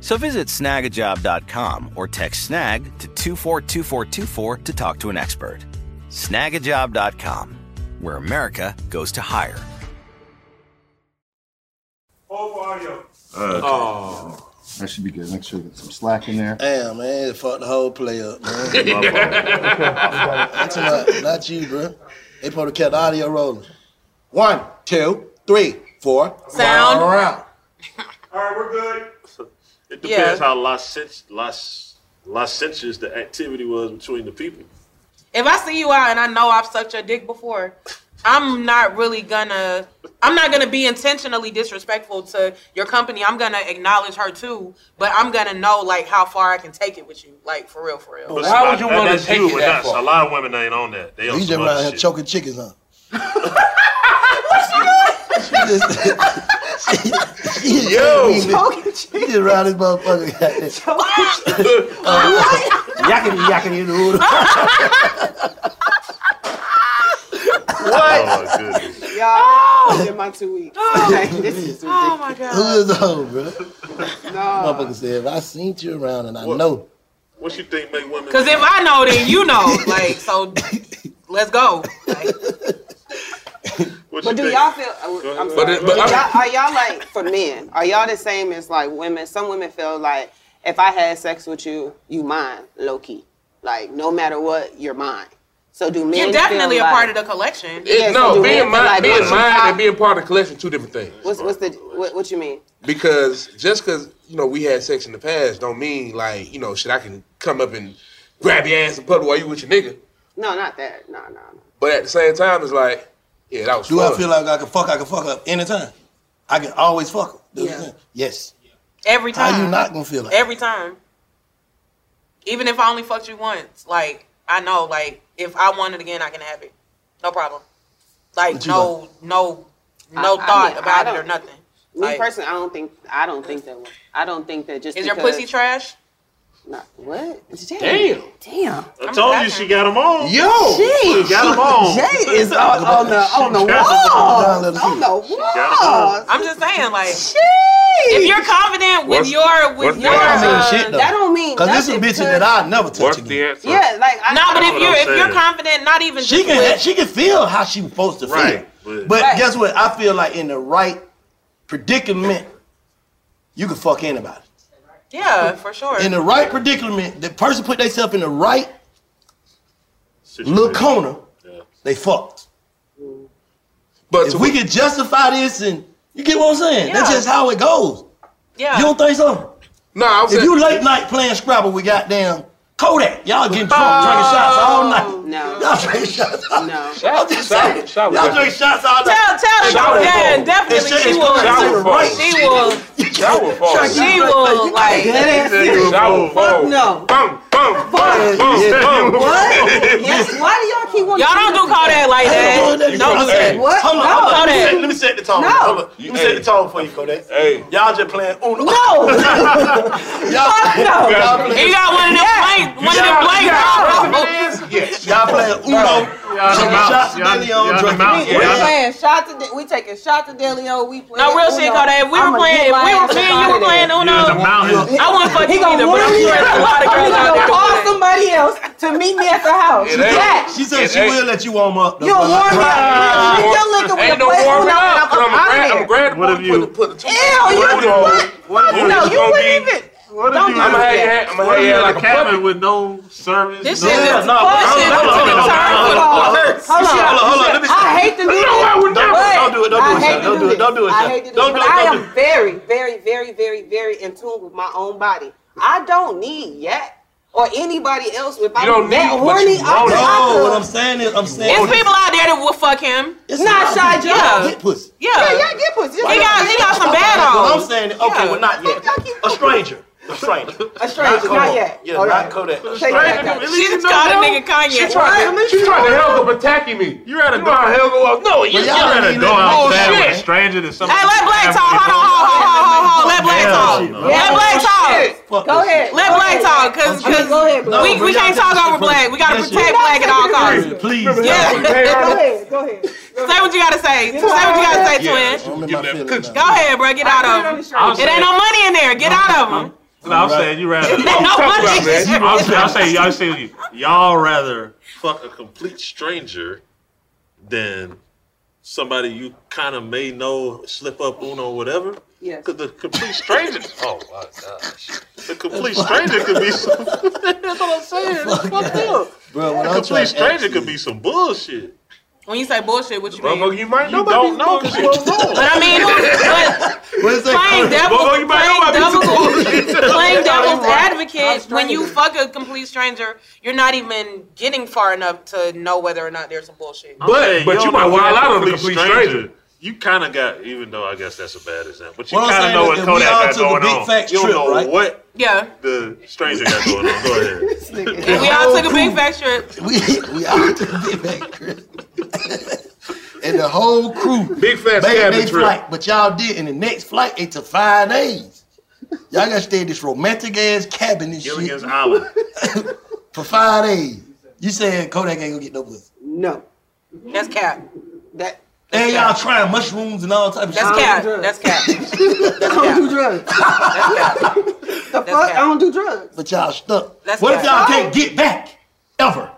S12: So visit snagajob.com or text snag to 242424 to talk to an expert. Snagajob.com, where America goes to hire. Uh,
S4: Uh,
S8: Oh.
S10: That should be good. Make sure you get some slack in there.
S5: Damn, man, it fucked the whole play up, man.
S10: My
S5: I'm talking about not you, bro. They probably kept the audio rolling. One, two, three, four.
S4: Sound.
S5: All around.
S4: All right, we're good. It
S5: Yeah.
S4: depends how licentious, lic- licentious the activity was between the people.
S3: If I see you out and I know I've sucked your dick before, I'm not really gonna. I'm not gonna be intentionally disrespectful to your company. I'm gonna acknowledge her too, but I'm gonna know like how far I can take it with you, like for real, for real.
S4: But some- that- that's you and us. A lot of women ain't on that. They on
S5: You just
S4: some
S5: around
S4: other
S5: here
S4: shit.
S5: choking chickens, huh?
S4: Yo.
S5: choking chickens. You just around this motherfucker. Uh, Yakety, yakety, in the hood.
S4: Oh,
S3: Oh,
S4: What?
S9: Y'all, in my two weeks. Okay, this is
S3: Oh my
S5: Who
S3: god.
S5: is old, bro? Motherfucker said, if I seen you around and I know.
S4: What you think make women?
S3: Because if I know, then you know. Like so, let's go.
S9: But do y'all feel? uh, I'm
S3: But
S9: sorry.
S3: it- but
S9: Do
S3: I'm-
S9: y'all- are y'all like for men? Are y'all the same as like women? Some women feel like if I had sex with you, you mine, low key. Like no matter what, you're mine. So do men?
S3: You're definitely a
S9: feel
S3: part
S9: like-
S3: of the collection.
S8: It-
S9: Yeah, so
S8: no,
S9: do men
S8: being
S9: feel
S8: mine,
S9: like
S8: being
S9: that's-
S8: mine and being part of the collection two different things.
S9: What's what's the what, what you mean?
S8: Because just because you know we had sex in the past, don't mean like you know shit. I can come up and grab your ass and put while you with your nigga.
S9: No, not that. No, no.
S8: But at the same time, it's like, yeah, that was
S5: Do
S8: fun.
S5: I feel like I can fuck? I can fuck up anytime. I can always fuck her. Do you
S3: Yeah.
S5: think? Yes.
S3: Every time.
S5: How you not gonna feel like?
S3: Every time. Even if I only fucked you once, like I know, like if I want it again, I can have it, no problem. Like
S9: What you
S3: no, no,
S9: I-
S3: no
S9: I
S3: thought
S9: mean,
S3: about
S9: I
S3: it or
S9: don't-
S3: nothing.
S9: Me
S3: Like-
S9: personally, I don't think I don't think that. way. I don't think that just
S3: Is your
S9: because-
S3: pussy trash?
S9: Nah, what?
S3: Damn.
S9: Damn.
S4: I told you she got him on.
S9: Yo.
S4: she got him on.
S9: Jay is on- on the- on the
S4: She got 'em
S9: wall.
S4: on.
S9: On the
S4: got
S3: I'm just saying, like, if you're confident with
S5: What's-
S3: your with
S5: what's
S3: your,
S5: that? That don't mean
S3: uh,
S5: shit, though. That don't mean Cause this is nothing, bitches that cause- I never touch
S4: again. the answer.
S9: Yeah, like I-
S3: no, but
S5: That's
S3: if
S5: what
S3: you're
S5: I'm
S3: if you're
S5: saying.
S3: confident, not even
S5: She
S3: just
S5: can
S3: with,
S5: she can feel how she was supposed to feel.
S4: Right,
S5: But,
S4: but-
S5: guess what? I feel like in the right predicament, you can fuck anybody.
S3: yeah, for sure.
S5: In the right predicament, the person put themselves in the right little corner, they fucked. But if we can justify this and you get what I'm saying? That's
S8: Yeah.
S5: just how it goes.
S3: Yeah.
S5: You don't think so?
S8: No, I
S5: If
S8: was saying-
S5: you late night playing Scrabble with goddamn Kodak, y'all getting drunk drinking shots all night.
S9: Oh, No.
S5: Y'all drinking shots all
S9: night.
S5: I'm just saying. Y'all drinking shots all night.
S3: Tell- tell the
S5: Shower
S3: Kodak,
S5: phone.
S3: definitely
S5: It's-
S3: she
S5: it's
S3: will-
S5: Kodak,
S3: she
S5: it's
S3: will-
S5: right.
S3: she will-
S8: That was
S5: Trying to keep
S3: She
S5: it
S3: will,
S5: you
S3: like-
S5: got that ass
S8: That was
S5: nigga.
S8: false. Boom, boom, boom, boom, boom.
S9: Yes. Why do y'all keep wanting?
S3: Y'all don't do call that like that. Don't do that.
S5: What? Hold on,
S3: Don't
S5: hold on.
S3: call
S5: Let me
S3: that.
S5: set- Let me set the tone.
S3: No.
S5: Hold on. Let me set the tone for you, Kodak. Hey. Y'all just playing Uno.
S3: No.
S5: Y'all,
S3: no. You got one of them blank- one of them blank
S5: blank Yes. Y'all playing Uno. Taking shots to Deleon, drinking.
S9: we playing shots to De- we taking shots to DeLeo. We playing.
S3: No, real shit,
S9: Uno.
S3: Kodak. If we were
S9: I'ma
S3: playing-
S9: get
S3: if
S9: my
S3: we were
S9: ass
S3: playing,
S9: up
S3: you
S9: out
S3: were
S9: of there.
S3: playing Uno. Yeah, the mountain. I wouldn't fuck you either, but I'm sure there's a lot of girls out there
S9: He gonna
S3: doing
S9: call
S3: that.
S9: somebody else to meet me at the house.
S5: She said-
S9: Yeah.
S5: She said she will let you warm up.
S9: You a warm up.
S5: Right.
S9: Drink your liquor with
S8: Ain't
S9: a
S8: no
S9: plate
S8: warm
S9: Uno,
S8: up.
S9: and
S8: I'm
S9: I'm out
S8: glad-
S9: of there.
S8: I'm glad the boy put the put the
S9: Ew, you
S8: Uno.
S9: what?
S8: Uno,
S9: No,
S8: it's
S9: you
S8: gonna
S9: wouldn't
S8: be-
S9: even.
S4: What
S9: Don't
S4: if
S9: do
S4: you? I'm gonna have
S9: that.
S4: your head- I'm gonna
S9: What
S4: have
S9: if
S4: your head
S9: you in
S4: like
S9: a
S4: a
S9: cabin
S4: cabin with no service.
S9: This
S4: no,
S9: shit is
S4: no,
S9: bullshit.
S4: no, no,
S9: This
S4: no, no,
S9: is
S4: no,
S9: terrible.
S4: no, no, no, no. You
S9: Hold
S4: see,
S9: on.
S4: Hold on, hold on. Let me.
S9: I hate to do
S4: No,
S9: this.
S4: I would never.
S9: but
S4: Don't do it. Don't do
S9: I
S4: it, Shaq.
S9: hate to
S4: Don't do it. Don't do it,
S9: I
S4: Shaq.
S9: hate to do
S4: Don't
S9: it.
S4: do
S9: But
S4: it.
S9: I
S4: Don't do
S9: am very, very, very, very, very in tune with my own body. I don't need yak or anybody else. If I'm
S5: don't
S9: that
S5: need, but
S9: horny,
S5: you
S9: I
S5: want
S9: could-
S5: it.
S9: I
S5: No,
S9: could-
S5: what I'm saying is, I'm saying
S3: There's people out there that will fuck him.
S5: It's
S9: Not shy
S3: Yeah.
S9: Joe.
S5: Get pussy.
S3: Yeah.
S9: yeah, get pussy.
S3: He got, he got some
S5: Okay,
S3: bad
S5: What I'm
S3: on.
S5: saying, okay, well, not yet. A stranger. A stranger.
S9: A stranger, not
S5: Kodak.
S9: yet.
S5: Yeah,
S9: All
S5: not
S9: right.
S5: Kodak.
S9: Take that back. She's
S3: called a nigga Kanye.
S4: She tried,
S3: What?
S4: to, she tried to help him attacking me. You're at a door. Helga walk. No, you-
S3: Well,
S4: you're at
S3: y'all
S4: a
S3: need
S4: door.
S3: to
S4: I'm
S3: know
S4: bad
S3: that.
S4: with a stranger to somebody.
S3: Hey, let Blake talk. Hold on, hold on, hold on, hold on. Let Blake talk. Let Blake talk.
S9: Go ahead.
S3: Let
S9: Go
S3: Blake
S9: ahead.
S3: talk, cause,
S9: I mean,
S3: cause
S9: go ahead, Blake.
S3: we, we can't talk over Blake. We gotta protect Blake at all costs.
S5: Please.
S3: Yeah.
S9: Go ahead. Go ahead.
S3: Say what you gotta say. Say what you gotta say, twin. Go ahead, bro. Get out of
S4: I'll
S3: them. It ain't no
S4: say-
S3: money in there. Get out of them.
S4: No, I'm saying you rather.
S3: No,
S4: I'm
S3: what is-
S4: saying I'm saying y'all saying you y'all rather fuck a complete stranger than somebody you kind of may know slip up uno whatever.
S9: Yes.
S4: Cause the complete stranger. oh my gosh. The complete stranger could be some. That's what I'm saying. It's fucked up.
S5: Bro, when I'm
S4: A
S5: trying
S4: complete
S5: to ask
S4: stranger
S5: you,
S4: could be some bullshit.
S3: When you say bullshit, what you mean?
S4: Motherfucker, you might know. You don't know because you don't know.
S3: But I mean, who-
S5: What is
S3: but playing devil,
S4: Motherfucker, you might know
S3: playing
S4: about me some bullshit.
S3: devil, playing devil's advocate.
S9: I'm
S3: When you
S9: stranger.
S3: fuck a complete stranger, you're not even getting far enough to know whether or not there's some bullshit.
S4: I'm saying
S8: but you
S4: don't
S8: might
S4: know
S8: wild
S4: that
S8: out on the complete stranger.
S4: You kind of got, even though I guess that's a bad example, but you
S5: What I'm
S4: kind
S5: saying
S4: of know
S5: is if
S4: what
S5: we
S4: Kodak
S5: all
S4: got
S5: took a
S4: going
S5: big
S4: on.
S5: facts
S4: you don't
S5: trip,
S4: know
S5: right?
S4: what
S3: Yeah.
S4: the stranger got going on. Go ahead.
S3: If we all took a big fat trip.
S5: We, we all took a big fat trip. and the whole crew
S4: big fat
S5: made
S4: cabin
S5: their
S4: trip.
S5: flight, but y'all did, and the next flight it took five days. Y'all gotta stay at this romantic ass cabin and
S4: Gilligan's
S5: shit
S4: Island.
S5: for five days. You saying Kodak ain't gonna get no pussy?
S9: No.
S3: That's cap.
S9: That
S5: And y'all trying mushrooms and all type of
S3: That's
S5: shit.
S3: cap. That's cap.
S9: I don't do drugs. The fuck? I don't do drugs.
S5: But y'all stuck.
S3: That's
S5: what
S3: cap.
S5: if y'all can't get back ever?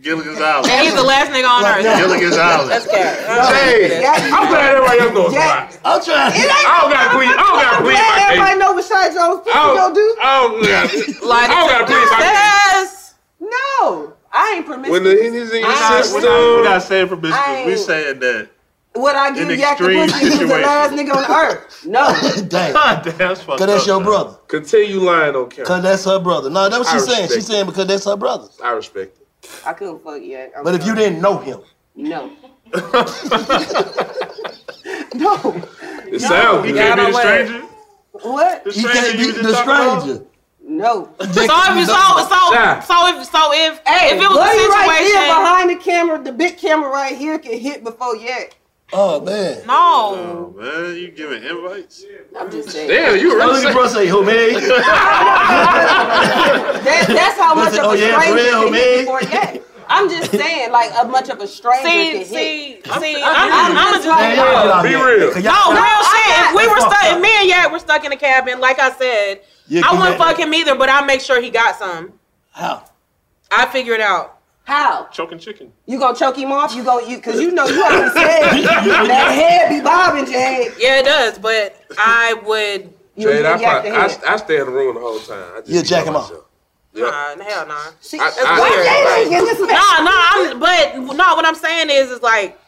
S4: Gilligan's Island.
S3: He's the last nigga on
S5: Like
S3: earth.
S5: that.
S4: Gilligan's Island.
S3: That's cap.
S4: Hey, I'm glad everybody else knows why.
S5: I'm trying.
S9: It ain't-
S4: I don't gotta plead. I don't gotta
S9: I'm
S4: plead
S9: glad
S4: my
S9: everybody
S4: case.
S9: know what Shy Jones pussy
S4: I
S9: gonna
S4: don't,
S9: do.
S4: I don't gotta.
S3: Like,
S4: I don't gotta plead my case.
S3: yes.
S9: No, I ain't permissive.
S8: Henny's in
S4: We're not, we're not, we're not saying permission. We're saying that.
S9: What I give
S4: An
S9: Yak the
S4: extreme
S9: pussy is the
S4: situation.
S9: last nigga on earth. No,
S5: Damn.
S4: God Ah, damn, that's fucked
S5: Cause that's
S4: up,
S5: your
S4: man.
S5: brother.
S8: Continue lying on camera.
S5: Cause that's her brother. No, that's what
S8: I
S5: she's saying.
S8: respect
S5: She's saying because that's her brother.
S8: I respect it.
S9: I couldn't fuck Yak. I'm
S5: But if you
S9: sorry.
S5: didn't know him,
S9: no. no.
S8: It sounds
S4: You
S8: good.
S4: can't be the
S9: Y'all don't
S4: stranger.
S9: What?
S4: The
S5: you
S4: stranger
S5: can't
S4: you
S5: be
S4: just
S5: the
S4: talked about?
S5: stranger.
S9: No.
S3: So if you so so
S8: Yeah.
S3: so if so if
S9: Hey,
S3: if it was a
S9: Buddy right
S3: situation,
S9: here behind the camera, the big camera right here can hit before Yak.
S5: Oh man.
S3: no.
S4: Oh man, you giving invites?
S9: I'm just saying.
S8: Damn, you
S5: Oh,
S8: really
S5: look at
S8: say-
S5: bro say, homie.
S9: That, that's how much of
S5: Oh,
S9: a
S5: yeah, for
S9: stranger
S5: real,
S9: can
S5: man.
S9: hit before Yak. I'm just saying, like, a much of a stranger
S3: See,
S9: can hit.
S3: see, see, I'm, I'm, I'm just
S9: Man, y'all
S3: like,
S5: get out
S8: Be
S5: here.
S8: real.
S5: Cause
S3: no,
S5: y'all-
S3: real shit.
S9: I'm
S3: If we
S5: not-
S3: were
S5: Fuck
S3: stuck,
S5: up.
S3: me and Yak were stuck in the cabin. Like I said,
S5: Yeah,
S3: I
S5: cause
S3: wouldn't
S5: that-
S3: fuck him either, but I make sure he got some.
S5: How?
S3: I figure it out.
S9: How?
S4: Choking chicken.
S9: You gonna choke him off? You gonna you cause you know you already said that head be bobbing, Jade.
S3: Yeah, it does, but I would.
S9: You
S8: Jade, I,
S9: you yak
S8: probably,
S9: the
S8: I,
S9: head.
S8: I stay in the room the whole time. I just
S5: Yeah,
S8: be
S5: jack
S8: by
S5: him off.
S8: myself.
S3: Nah, hell nah.
S9: She,
S8: I-
S9: that's
S8: I-
S9: why Jade ain't getting this
S3: No,
S9: match.
S3: no, I'm but no, what I'm saying is is like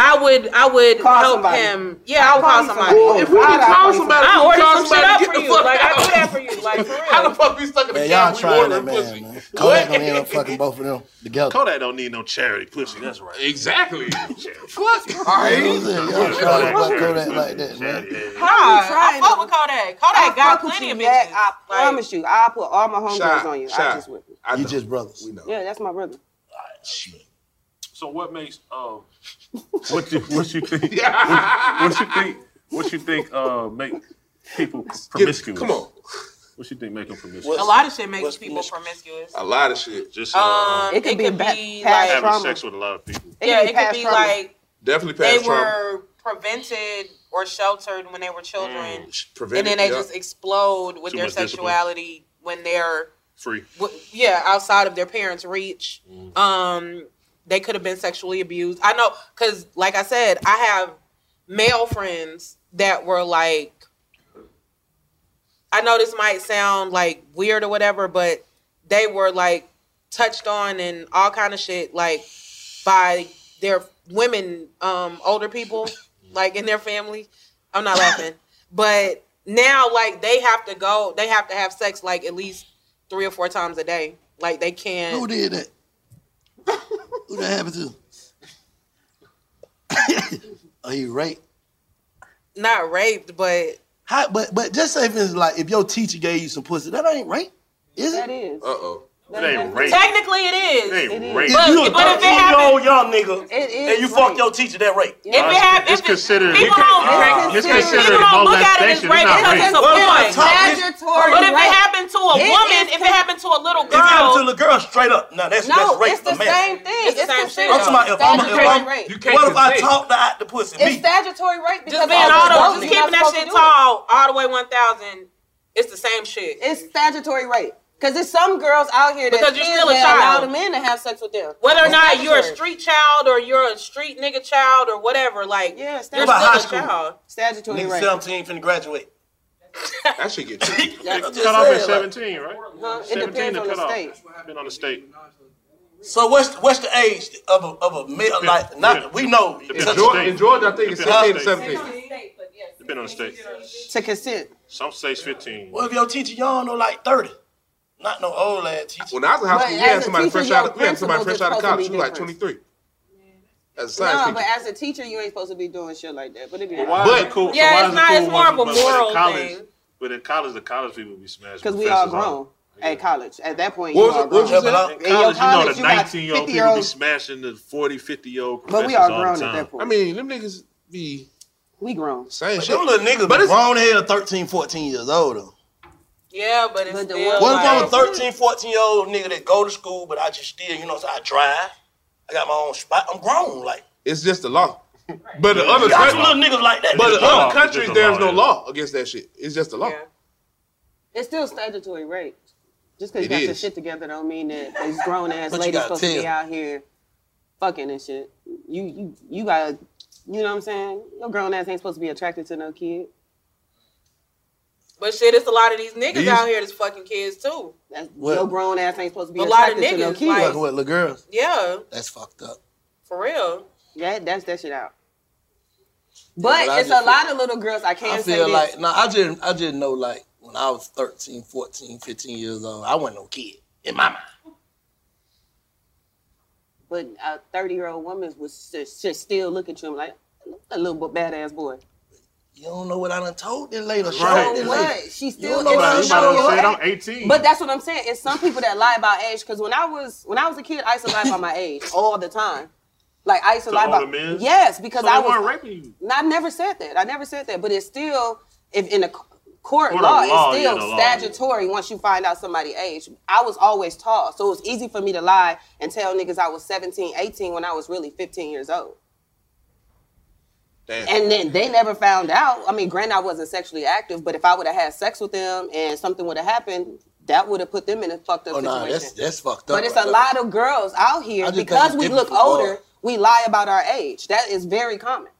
S3: I would I would
S9: Call
S3: help
S9: somebody.
S3: him. Yeah, I would
S9: Call
S3: call
S9: somebody.
S3: somebody.
S9: Ooh,
S8: If we
S9: God,
S8: can
S9: I
S8: call
S9: fucking-
S8: somebody,
S3: I
S8: we
S3: ordered
S8: call
S3: some shit
S8: somebody to
S3: up
S8: get
S3: for
S8: the
S3: you.
S8: fuck
S3: Like I
S8: out.
S3: do that for you. Like for
S8: How the
S3: real.
S8: fuck we stuck in the
S5: Man,
S8: cab?
S5: y'all
S8: We
S5: trying
S8: ordering
S5: that man,
S8: pussy.
S5: man.
S8: What?
S5: Kodak gonna end up fucking both of them together.
S4: Kodak don't need no charity pussy. That's right.
S8: Exactly.
S4: Fuck.
S8: All
S5: You know what I'm
S8: right.
S5: saying? Y'all trying to fuck Kodak like that, man.
S3: Nah, I
S9: trying
S3: fuck
S9: to-
S3: with Kodak.
S9: I
S3: Kodak got
S9: fuck with
S3: plenty
S9: you,
S3: of
S9: Yak.
S3: bitches.
S9: I
S3: Like,
S9: promise you, I'll put all my homegirls
S8: Shot,
S9: on you. I
S8: shot.
S9: just with you.
S8: I
S5: You
S8: know.
S5: just brothers.
S8: We know.
S9: Yeah, that's my brother.
S4: So what makes um what you what you think what, what you think what you think uh make people
S8: Get,
S4: promiscuous?
S8: come on.
S4: What you think make them promiscuous?
S3: a lot of shit makes people promiscuous.
S8: A lot of shit.
S4: Just uh,
S3: Um,
S9: It could be back- past
S3: like
S4: having
S9: trauma.
S4: sex with a lot of people.
S3: yeah, it could
S9: past
S3: be
S9: trauma.
S3: like
S8: Definitely
S3: they
S8: past trauma.
S3: were prevented or sheltered when they were children,
S4: Mm,
S8: Prevent
S3: and
S8: it,
S3: then they
S8: yeah.
S3: just explode with
S4: Too
S3: their
S4: much discipline.
S3: sexuality when they're
S4: Free.
S3: w- yeah, outside of their parents' reach.
S4: Mm.
S3: Um, they could have been sexually abused. I know, cause like I said, I have male friends that were like I know this might sound like weird or whatever, but they were like touched on and all kind of shit like by their women, um, older people, like in their family. I'm not laughing, but now like they have to go, they have to have sex like at least three or four times a day. Like they can't.
S5: Who did that? Who that happened to? Are you Oh, raped?
S3: Not raped, but
S5: How, but but just say if it's like if your teacher gave you some pussy, that ain't rape, is it? That
S9: is.
S5: Uh oh.
S9: That ain't
S5: rape.
S3: Technically, it is.
S5: It is. If
S3: But,
S5: you a
S3: but if
S5: 13
S3: it happens,
S5: old young nigga,
S3: It is
S5: and you fuck your teacher, that rape.
S3: If it happens,
S13: It's considered.
S3: people don't-
S13: It's
S3: people
S13: considered
S3: don't look at it as
S13: molestation. It's
S3: rape
S13: not
S3: because
S13: rape.
S3: it's a boy.
S9: Statutory
S3: But if it
S9: rape.
S3: happened to a
S9: It
S3: woman,
S9: is
S3: if it happened to a little
S5: If it happened to a
S3: girl,
S5: little girl, straight up. Now that's that's
S9: No,
S5: rape
S9: it's the
S5: for man.
S9: same thing. It's, the same
S5: I'm talking about if I'm, if I'm what if I talk the the pussy?
S9: It's statutory rape
S3: just
S9: because
S3: being all those,
S9: all
S3: just keeping that shit tall all the way one thousand, it's the same shit.
S9: It's statutory rape because there's some girls out here that
S3: Because you're still a
S9: that allow
S3: child.
S9: the men to have sex with them.
S3: Whether or
S9: It's
S3: not you're a
S9: statutory.
S3: street child or you're a street nigga child or whatever, like yeah,
S9: What
S3: you're
S9: about high
S3: still
S9: school?
S3: a child.
S9: Statutory
S5: Nigga,
S9: rape.
S5: 17 finna graduate.
S8: That should get tricky.
S13: Cut off at 17, right?
S9: Huh? It
S13: 17
S9: depends
S13: to
S9: on
S13: cut
S9: the
S13: off.
S9: state.
S13: That's what happened on the state.
S5: So what's what's the age of a of a male? Like not we know.
S13: In Georgia, in Georgia, I think it's 16 to 17.
S5: seventeen.
S13: Depending on the state.
S9: To consent.
S13: Some states 15.
S5: Well, if your teacher young, no like thirty, not no old ass teacher.
S8: When I was in high school, we had somebody fresh out. We had somebody fresh out of college. She was like 23. As a science
S9: No,
S8: teacher.
S9: but as a teacher, you ain't supposed to be doing shit like that. But it be
S13: But why is it cool? so why is it cool ones, but- but in college, But in college, the college people be smashing.
S9: Because we all
S13: professors
S9: grown at college. At that point,
S13: What
S9: you
S13: was
S9: all
S13: it- what was
S9: grown. In
S13: it? In
S9: your
S13: college, you know
S9: college,
S13: the
S9: got
S13: 19 year
S9: 50
S13: old people be
S9: -year-olds.
S13: smashing the 40, 50 year old
S9: But
S13: professors
S9: we are
S13: all
S9: grown
S13: the
S9: at
S13: time.
S9: that point.
S8: I mean, them niggas be.
S9: We grown.
S8: Same
S5: But
S8: shit.
S5: them little niggas
S8: But
S5: be
S8: it's-
S5: grown hell 13, 14 years old though.
S3: Yeah, but it's still.
S5: What if I'm a
S3: like-
S5: 13, 14 year old nigga that go to school, but I just still, you know, so I drive. I got my own spot. I'm grown, like.
S8: It's just the law. But the other
S5: Y'all
S8: countries,
S5: some little niggas like that.
S8: but
S5: It's
S8: the
S5: the law.
S8: other countries,
S5: It's the
S8: there's
S5: law,
S8: no
S5: yeah.
S8: law against that shit. It's just the law.
S9: It's still statutory rape. Just because you
S8: It
S9: got your
S8: is.
S9: shit together don't mean that these grown ass
S8: But you
S9: ladies
S8: gotta
S9: supposed to be
S8: tell.
S9: out here fucking and shit. You you you gotta you know what I'm saying? Your grown ass ain't supposed to be attracted to no kid.
S3: But shit, it's a lot of these niggas
S9: These-
S3: out here that's fucking kids too.
S9: That's
S5: What?
S9: your grown ass ain't supposed to be
S3: A lot of
S9: attracted to no
S3: niggas, like-
S9: kid.
S5: Fucking with little girls.
S3: Yeah,
S5: That's fucked up.
S3: for real.
S9: That that's that shit out.
S5: Yeah,
S9: But
S5: but I
S9: it's a
S5: just
S9: lot of little girls. I can't
S5: I
S9: say
S5: feel
S9: this.
S5: like no, I just I just know like when I was 13, 14, 15 years old, I wasn't no kid in my mind.
S9: but a thirty year old woman was just, just still look at you and like a little bit badass boy.
S5: You don't know what I done told this later.
S9: Right.
S5: Showed this
S9: What?
S5: later.
S9: She
S5: You don't
S9: still-
S5: know
S9: it's
S5: what I
S9: not
S5: done showed
S9: showing your
S5: you.
S9: age. But that's what I'm saying. It's some people that lie about age. Because when I was when I was a kid, I used to lie about my age all the time. Like I used to
S13: To
S9: lie
S13: older
S9: about
S13: men?
S9: yes, because
S13: So
S9: I
S13: they
S9: was
S13: weren't raping you.
S9: No, I never said that. I never said that. But it's still if in a c- court
S13: Court of
S9: law,
S13: law,
S9: it's
S13: yeah,
S9: still
S13: the law, yeah.
S9: statutory. Once you find out somebody's age, I was always tall, so it was easy for me to lie and tell niggas I was 17, 18 when I was really 15 years old. And then they never found out. I mean, granted, I wasn't sexually active, but if I would have had sex with them and something would have happened, that would have put them in a fucked up
S5: Oh
S9: situation.
S5: no, that's that's fucked up.
S9: but it's
S5: right
S9: a
S5: there.
S9: lot of girls out
S5: I
S9: here
S5: just think
S9: because
S5: it's
S9: we
S5: different
S9: look
S5: for all.
S9: older, we lie about our age. That is very common.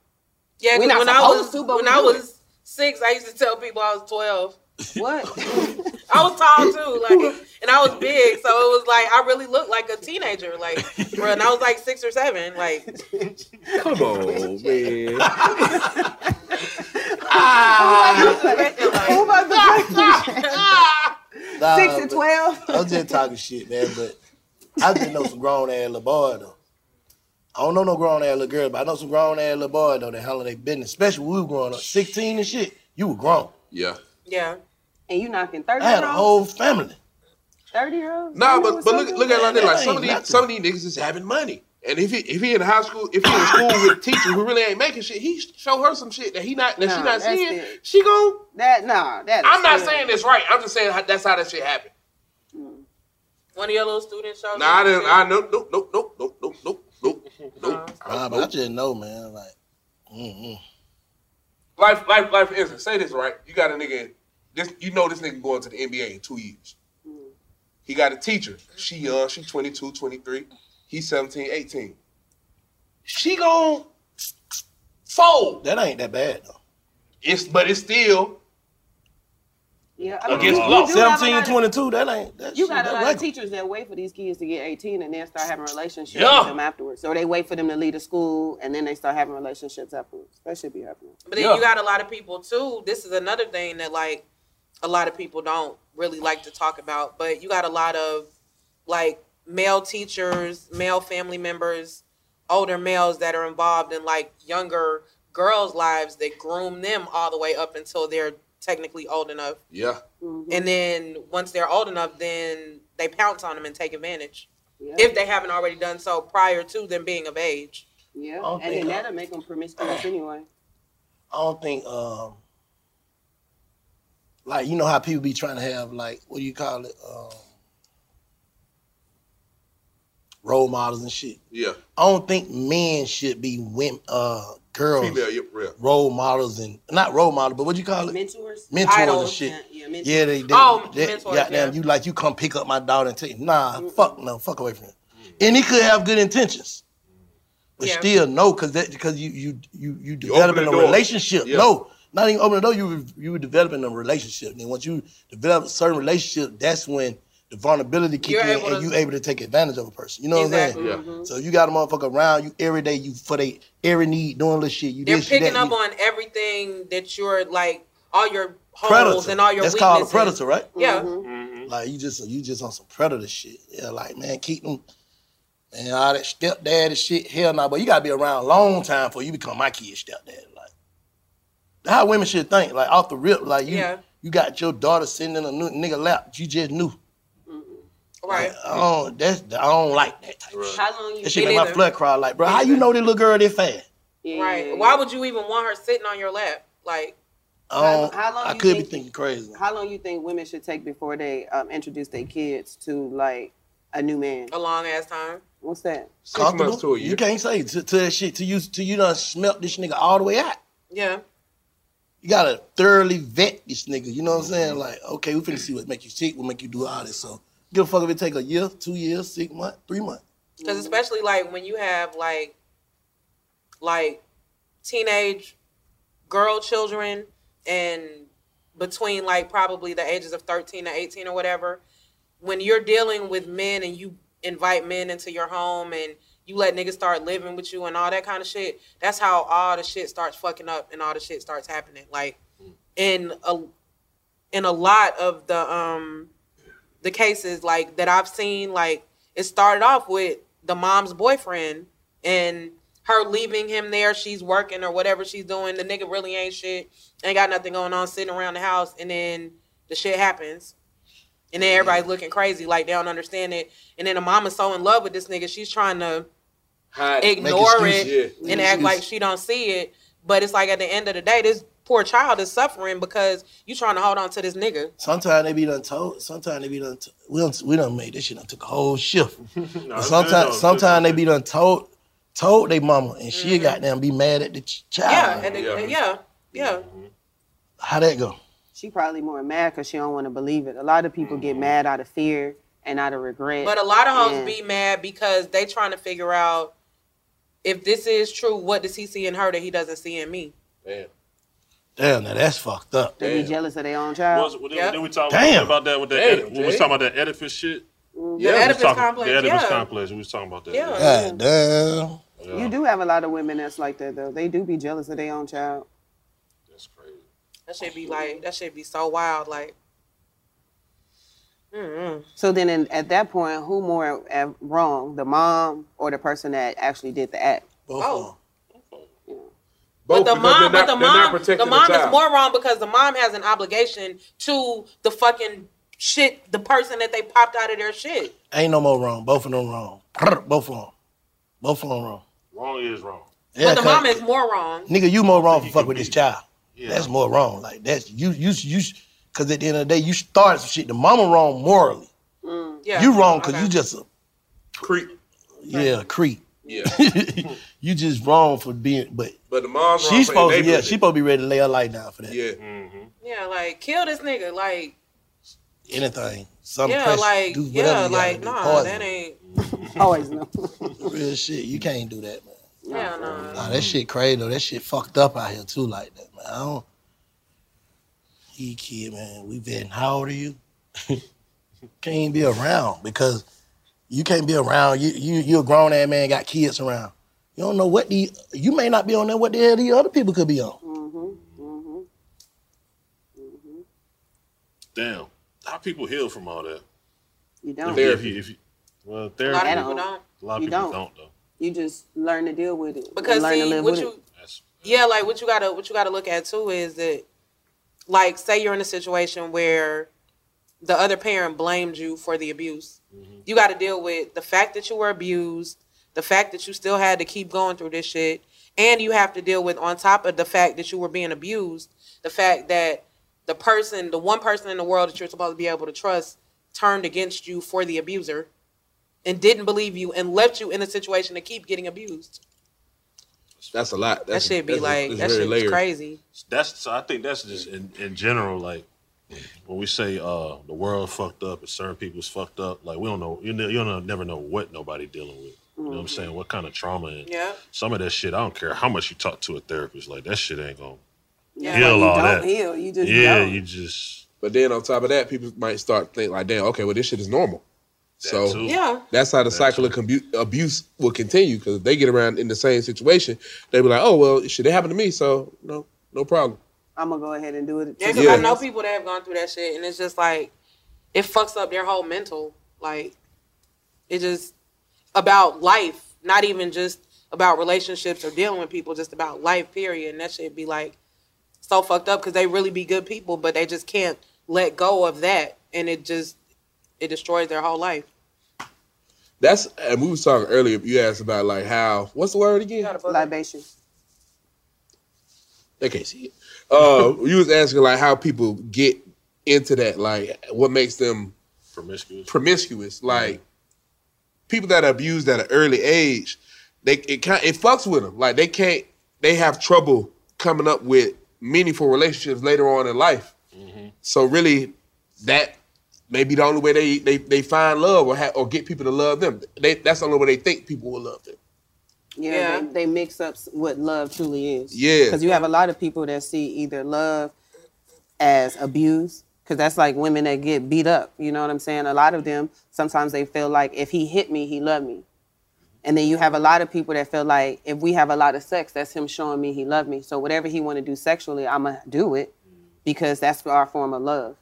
S3: Yeah,
S9: We're
S3: 'cause
S9: not
S3: when I
S9: supposed
S3: was
S9: to, but
S3: when
S9: we
S3: I
S9: do
S3: was six, I used to tell people I was twelve.
S9: What?
S3: I was tall too, like, and I was big, so it was like I really looked like a teenager, like, bro. And I was like six or seven, like.
S8: Come on, man.
S9: Who about
S5: Nah,
S9: Six and
S5: but-
S9: 12?
S5: I'm just talking shit, man. But I just know some grown ass little boy though. I don't know no grown ass little girl, but I know some grown ass little boy though that handle their business. Especially when we were growing up, sixteen and shit. You were grown.
S8: Yeah.
S3: Yeah.
S9: And you knocking 30
S5: I had
S9: year
S5: a
S9: olds?
S5: whole family.
S9: 30 year olds?
S8: Nah, but but look look at it like that. Like
S5: That
S8: some of
S5: ain't
S8: these some of these niggas is having money. And if he if he in high school, if he in school with a teacher who really ain't making shit, he show her some shit that he not that she
S9: Nah,
S8: not
S9: that's
S8: seeing.
S9: it.
S8: She gon'
S9: That, nah, that.
S8: I'm not
S9: is-
S8: saying this right. I'm just saying how- that's how that shit happened.
S3: One of your little students showed
S8: Nah, I
S3: me.
S8: didn't. I nope nope nope nope nope nope nope nope
S9: Uh-huh.
S8: nope.
S5: Nah, but I just know, man. Like, mm-mm.
S8: Life, life, life. For instance, say this right. You got a nigga. This, you know, this nigga going to the NBA in two years. He got a teacher. She young. She 22, 23. He 17, 18. She gon' fold.
S5: That ain't that bad though.
S8: It's but it's still
S9: Yeah,
S5: Against
S9: you-
S5: law.
S9: you do have a lot of-
S5: 17, 22, that ain't- that
S9: you
S5: shit,
S9: got a
S5: that
S9: lot
S5: regular.
S9: of teachers that wait for these kids to get eighteen and then start having relationships
S3: Yeah.
S9: with them afterwards. So they wait for them to leave the school and then they start having relationships afterwards. That should be happening.
S3: But then you got a lot of people too. This is another thing that like a lot of people don't really like to talk about. But you got a lot of like male teachers, male family members, older males that are involved in like younger girls' lives that groom them all the way up until they're technically old enough.
S8: Yeah.
S9: Mm-hmm.
S3: And then once they're old enough, then they pounce on them and take advantage. If they haven't already done so prior to them being of age.
S9: Yeah.
S3: don't
S9: And
S3: think
S9: then
S3: I-
S9: that'll make them promiscuous anyway.
S5: I don't think um like you know how people be trying to have like what do you call it um role models and shit.
S8: Yeah.
S5: I don't think men should be women uh girls
S8: Female, yeah, real.
S5: role models and not role model but what you call it
S9: mentors
S5: mentors and
S9: Idols.
S5: shit.
S9: Yeah, yeah,
S5: Yeah, they, they,
S9: Oh,
S5: they
S9: mentors,
S5: goddamn
S9: yeah. Mm-hmm.
S5: you like you come pick up my daughter and take nah fuck no fuck away from him. And he could have good intentions. But
S8: Yeah.
S5: still no, cause that because you you you you
S8: open
S5: developing
S8: the
S5: a
S8: door.
S5: relationship.
S8: Yeah.
S5: No, not even opening the door. You were- you were developing a relationship. And once you develop a certain relationship, that's when the vulnerability kick
S8: You're
S5: in
S8: able
S5: and
S8: to-
S5: you able to take advantage of a person. You know
S8: Exactly.
S5: what
S8: Yeah.
S5: I'm saying? So you got a motherfucker around you every day. You for they every need doing little shit. You
S3: They're
S5: this, you
S3: picking
S5: that,
S3: up
S5: you-
S3: on everything that you're like all your holes
S5: predator.
S3: and all your
S5: that's called a
S3: weaknesses.
S5: predator, right?
S3: Yeah.
S5: Like you just you just on some predator shit. Yeah, like man, keep them and all that stepdad and shit. Hell no, but you gotta be around a long time before you become my kid's stepdad. Like that's how women should think. Like off the rip, like you
S3: Yeah.
S5: you got your daughter sitting in a new nigga lap. You just knew.
S3: Right.
S5: I don't that's I don't like that type.
S9: How long you
S5: Mm-hmm. That shit make my
S3: either.
S5: blood cry. Like, bro, how you know this little girl this fast?
S3: Right. Why would you even want her sitting on your lap? Like
S5: I,
S9: How-
S5: don't,
S9: how long
S5: I
S9: you
S5: could be
S9: think-
S5: thinking crazy.
S9: How long you think women should take before they um, introduce their kids to like a new man?
S3: a long ass time.
S9: What's that?
S5: Comfortable? You can't say to, to that shit to you to you done smelt this nigga all the way out.
S3: Yeah.
S5: you gotta thoroughly vet this nigga. You know what I'm saying? Like, okay, we finna see what make you sick, what make you do all this. So give a fuck if it take a year, two years, six months, three months.
S3: Because especially like when you have like like teenage girl children and between like probably the ages of 13 to 18 or whatever when you're dealing with men and you invite men into your home and you let niggas start living with you and all that kind of shit that's how all the shit starts fucking up and all the shit starts happening like in a in a lot of the um the cases like that I've seen like it started off with the mom's boyfriend and her leaving him there she's working or whatever she's doing the nigga really ain't shit ain't got nothing going on sitting around the house and then the shit happens and then everybody's looking crazy like they don't understand it and then the mama's so in love with this nigga she's trying to
S8: Hide.
S3: ignore it
S8: Yeah.
S3: and act like she don't see it. But it's like at the end of the day, this poor child is suffering because you trying to hold on to this nigga.
S5: Sometimes they be done told. Sometimes they be done. T- we don't. We done made this shit. Done took a whole shift.
S3: it's good though, Mm-hmm.
S5: sometimes,
S3: it's
S5: sometimes they be done told. Told they mama, and she got goddamn be mad at the ch-
S3: Yeah,
S5: child.
S3: and the- yeah, yeah.
S5: How that go?
S9: She probably more mad because she don't want to believe it. A lot of people get mad out of fear and out of regret.
S3: But a lot of hoes
S9: and-
S3: be mad because they trying to figure out if this is true. What does he see in her that he doesn't see in me?
S5: Damn, now that's fucked up.
S9: They be jealous of their own child.
S13: Was- then, then we talked
S5: Damn.
S13: about that with that.
S5: Damn,
S13: edi- when we was
S5: Jay.
S13: talking about that edifice shit.
S9: Mhm.
S13: we was
S9: Oedipus
S13: talking-
S9: complex,
S13: The edifice
S9: yeah.
S13: complex. We was talking about that.
S9: Yeah.
S5: God damn.
S9: You do have a lot of women that's like that though. They do be jealous of their own child.
S3: That should be like that should be so wild. Like, mm-mm.
S9: So then, in, at that point, who more at wrong, the mom or the person that actually did the act?
S3: oh.
S9: Both
S3: but the
S9: because they're
S3: mom,
S9: not-
S3: but the
S9: they're not
S3: mom, the
S9: protecting the
S3: mom is
S9: child.
S3: more wrong because the mom has an obligation to the fucking shit, the person that they popped out of their shit.
S5: Ain't no more wrong. Both of them wrong. Both of them. Both of them wrong.
S13: Wrong is wrong.
S5: Yeah,
S3: but the
S5: 'cause-
S3: mom is more wrong.
S5: Nigga, you more wrong for fuck with this child. That's more wrong. Like that's you you you because at the end of the day you started some shit. The mama wrong morally.
S3: Mm, yeah.
S5: You wrong because you just a
S8: creep.
S5: Yeah, a creep.
S8: Yeah.
S5: you just wrong for being but
S8: But the mom's wrong
S5: she's
S8: for
S5: supposed to
S8: enabling
S5: yeah,
S8: it.
S5: she supposed to be ready to lay her life down for that.
S8: Yeah.
S3: Yeah, like kill this nigga. Like,
S5: Anything. Some
S3: yeah,
S5: press,
S3: like,
S5: do whatever
S3: yeah,
S5: you gotta
S3: like,
S5: do.
S3: nah,
S5: Poison.
S3: that ain't.
S9: Always no.
S5: Real shit. You can't do that, man.
S3: Yeah, nah.
S5: Nah, that shit crazy though. That shit fucked up out here too, like that, man. I don't E kid, man, we vetting. How old are you? can't even be around because you can't be around. You you you a grown ass man, got kids around. You don't know what the you may not be on there. What the hell the other people could be on?
S9: Mm-hmm.
S4: Damn. How people heal from all that?
S9: You don't.
S4: If you, if you, well, therapy.
S9: of people don't.
S4: A lot of
S9: You
S4: people
S9: don't.
S4: don't, though.
S9: You just learn to deal with it.
S3: Because
S9: and learn
S3: see,
S9: to live
S3: what
S9: with
S3: you-
S9: it.
S3: yeah like what you gotta what you gotta look at too is that like say you're in a situation where the other parent blamed you for the abuse you gotta deal with the fact that you were abused the fact that you still had to keep going through this shit and you have to deal with on top of the fact that you were being abused the fact that the person the one person in the world that you're supposed to be able to trust turned against you for the abuser and didn't believe you and left you in a situation to keep getting abused
S8: That's a lot.
S3: that
S8: That's
S3: should be
S8: that's
S3: like
S8: that's
S3: that
S8: very
S3: shit
S8: layered.
S3: was crazy
S4: That's so I think that's just in, in general, like when we say uh the world fucked up and certain people's fucked up, like we don't know you ne- you don't never know what nobody dealing with. You
S9: Mm-hmm.
S4: know what I'm saying? What kind of trauma and
S3: Mm-hmm. Yeah.
S4: some of that shit, I don't care how much you talk to a therapist, like that shit ain't gonna
S9: Yeah,
S4: heal
S9: like, you
S4: all
S9: don't
S4: that.
S9: heal, you just
S4: Yeah,
S9: don't.
S4: you just
S8: But then on top of that, people might start think like, damn, okay, well this shit is normal. so
S4: too.
S3: Yeah.
S8: that's how the cycle of combu- abuse will continue because if they get around in the same situation, they be like, oh well, shit, it happened to me, so no, no problem.
S9: I'm gonna go ahead and do it.
S3: Yeah, 'cause I know people that have gone through that shit, and it's just like it fucks up their whole mental. Like it just about life, not even just about relationships or dealing with people, just about life. Period. And that shit be like so fucked up because they really be good people, but they just can't let go of that, and it just it destroys their whole life.
S8: That's and we was talking earlier. You asked about like how what's the word again?
S9: Libation.
S8: They can't see it. Uh, you was asking like how people get into that, like what makes them
S4: promiscuous.
S8: Promiscuous, like people that are abused at an early age, they it kind it fucks with them. Like they can't, they have trouble coming up with meaningful relationships later on in life.
S13: Mm-hmm.
S8: So really, that may be the only way they they, they find love or ha- or get people to love them. They, that's the only way they think people will love them.
S9: Yeah, They, they mix up what love truly is.
S8: Yeah.
S9: because you have a lot of people that see either love as abuse, because that's like women that get beat up. You know what I'm saying? A lot of them sometimes they feel like if he hit me, he loved me, and then you have a lot of people that feel like if we have a lot of sex, that's him showing me he loved me. So whatever he want to do sexually, I'ma do it because that's our form of love.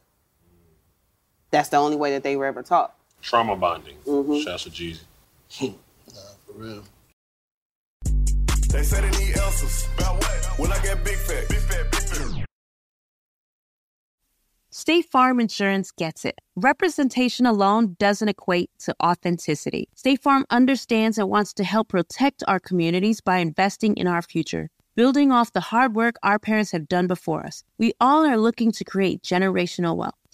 S9: That's the only way that they were ever taught.
S4: trauma bonding.
S5: Mm-hmm.
S9: Mhm.
S4: Shouts to Jeezy.
S5: For real.
S13: They say they need answers. About what? When I get big fat, big fat, big fat.
S14: State Farm Insurance gets it. Representation alone doesn't equate to authenticity. State Farm understands and wants to help protect our communities by investing in our future, building off the hard work our parents have done before us. We all are looking to create generational wealth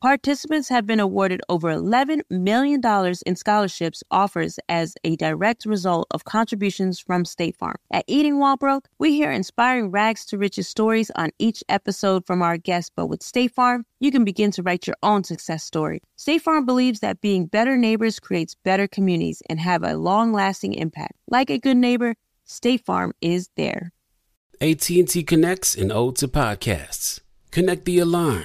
S14: participants have been awarded over $11 million in scholarships offers as a direct result of contributions from State Farm. At Eating Walbrook, we hear inspiring rags to riches stories on each episode from our guests, but with State Farm, you can begin to write your own success story. State Farm believes that being better neighbors creates better communities and have a long-lasting impact. Like a good neighbor, State Farm is there.
S15: AT&T connects and ode to podcasts. Connect the alarm.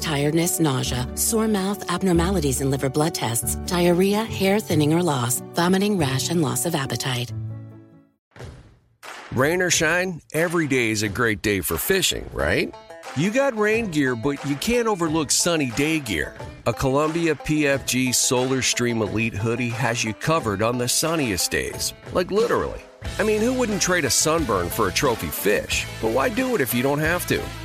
S16: tiredness, nausea, sore mouth, abnormalities in liver blood tests, diarrhea, hair thinning or loss, vomiting, rash, and loss of appetite.
S11: Rain or shine, every day is a great day for fishing, right? You got rain gear, but you can't overlook sunny day gear. A Columbia PFG Solar Stream Elite hoodie has you covered on the sunniest days, like literally. I mean, who wouldn't trade a sunburn for a trophy fish? But why do it if you don't have to?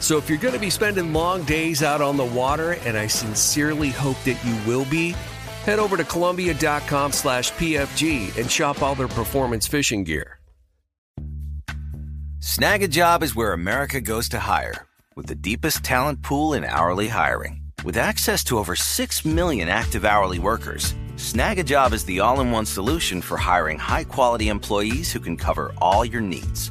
S11: So if you're going to be spending long days out on the water, and I sincerely hope that you will be, head over to Columbia.com slash PFG and shop all their performance fishing gear.
S12: Snag a job is where America goes to hire, with the deepest talent pool in hourly hiring. With access to over 6 million active hourly workers, Snag a job is the all in one solution for hiring high quality employees who can cover all your needs.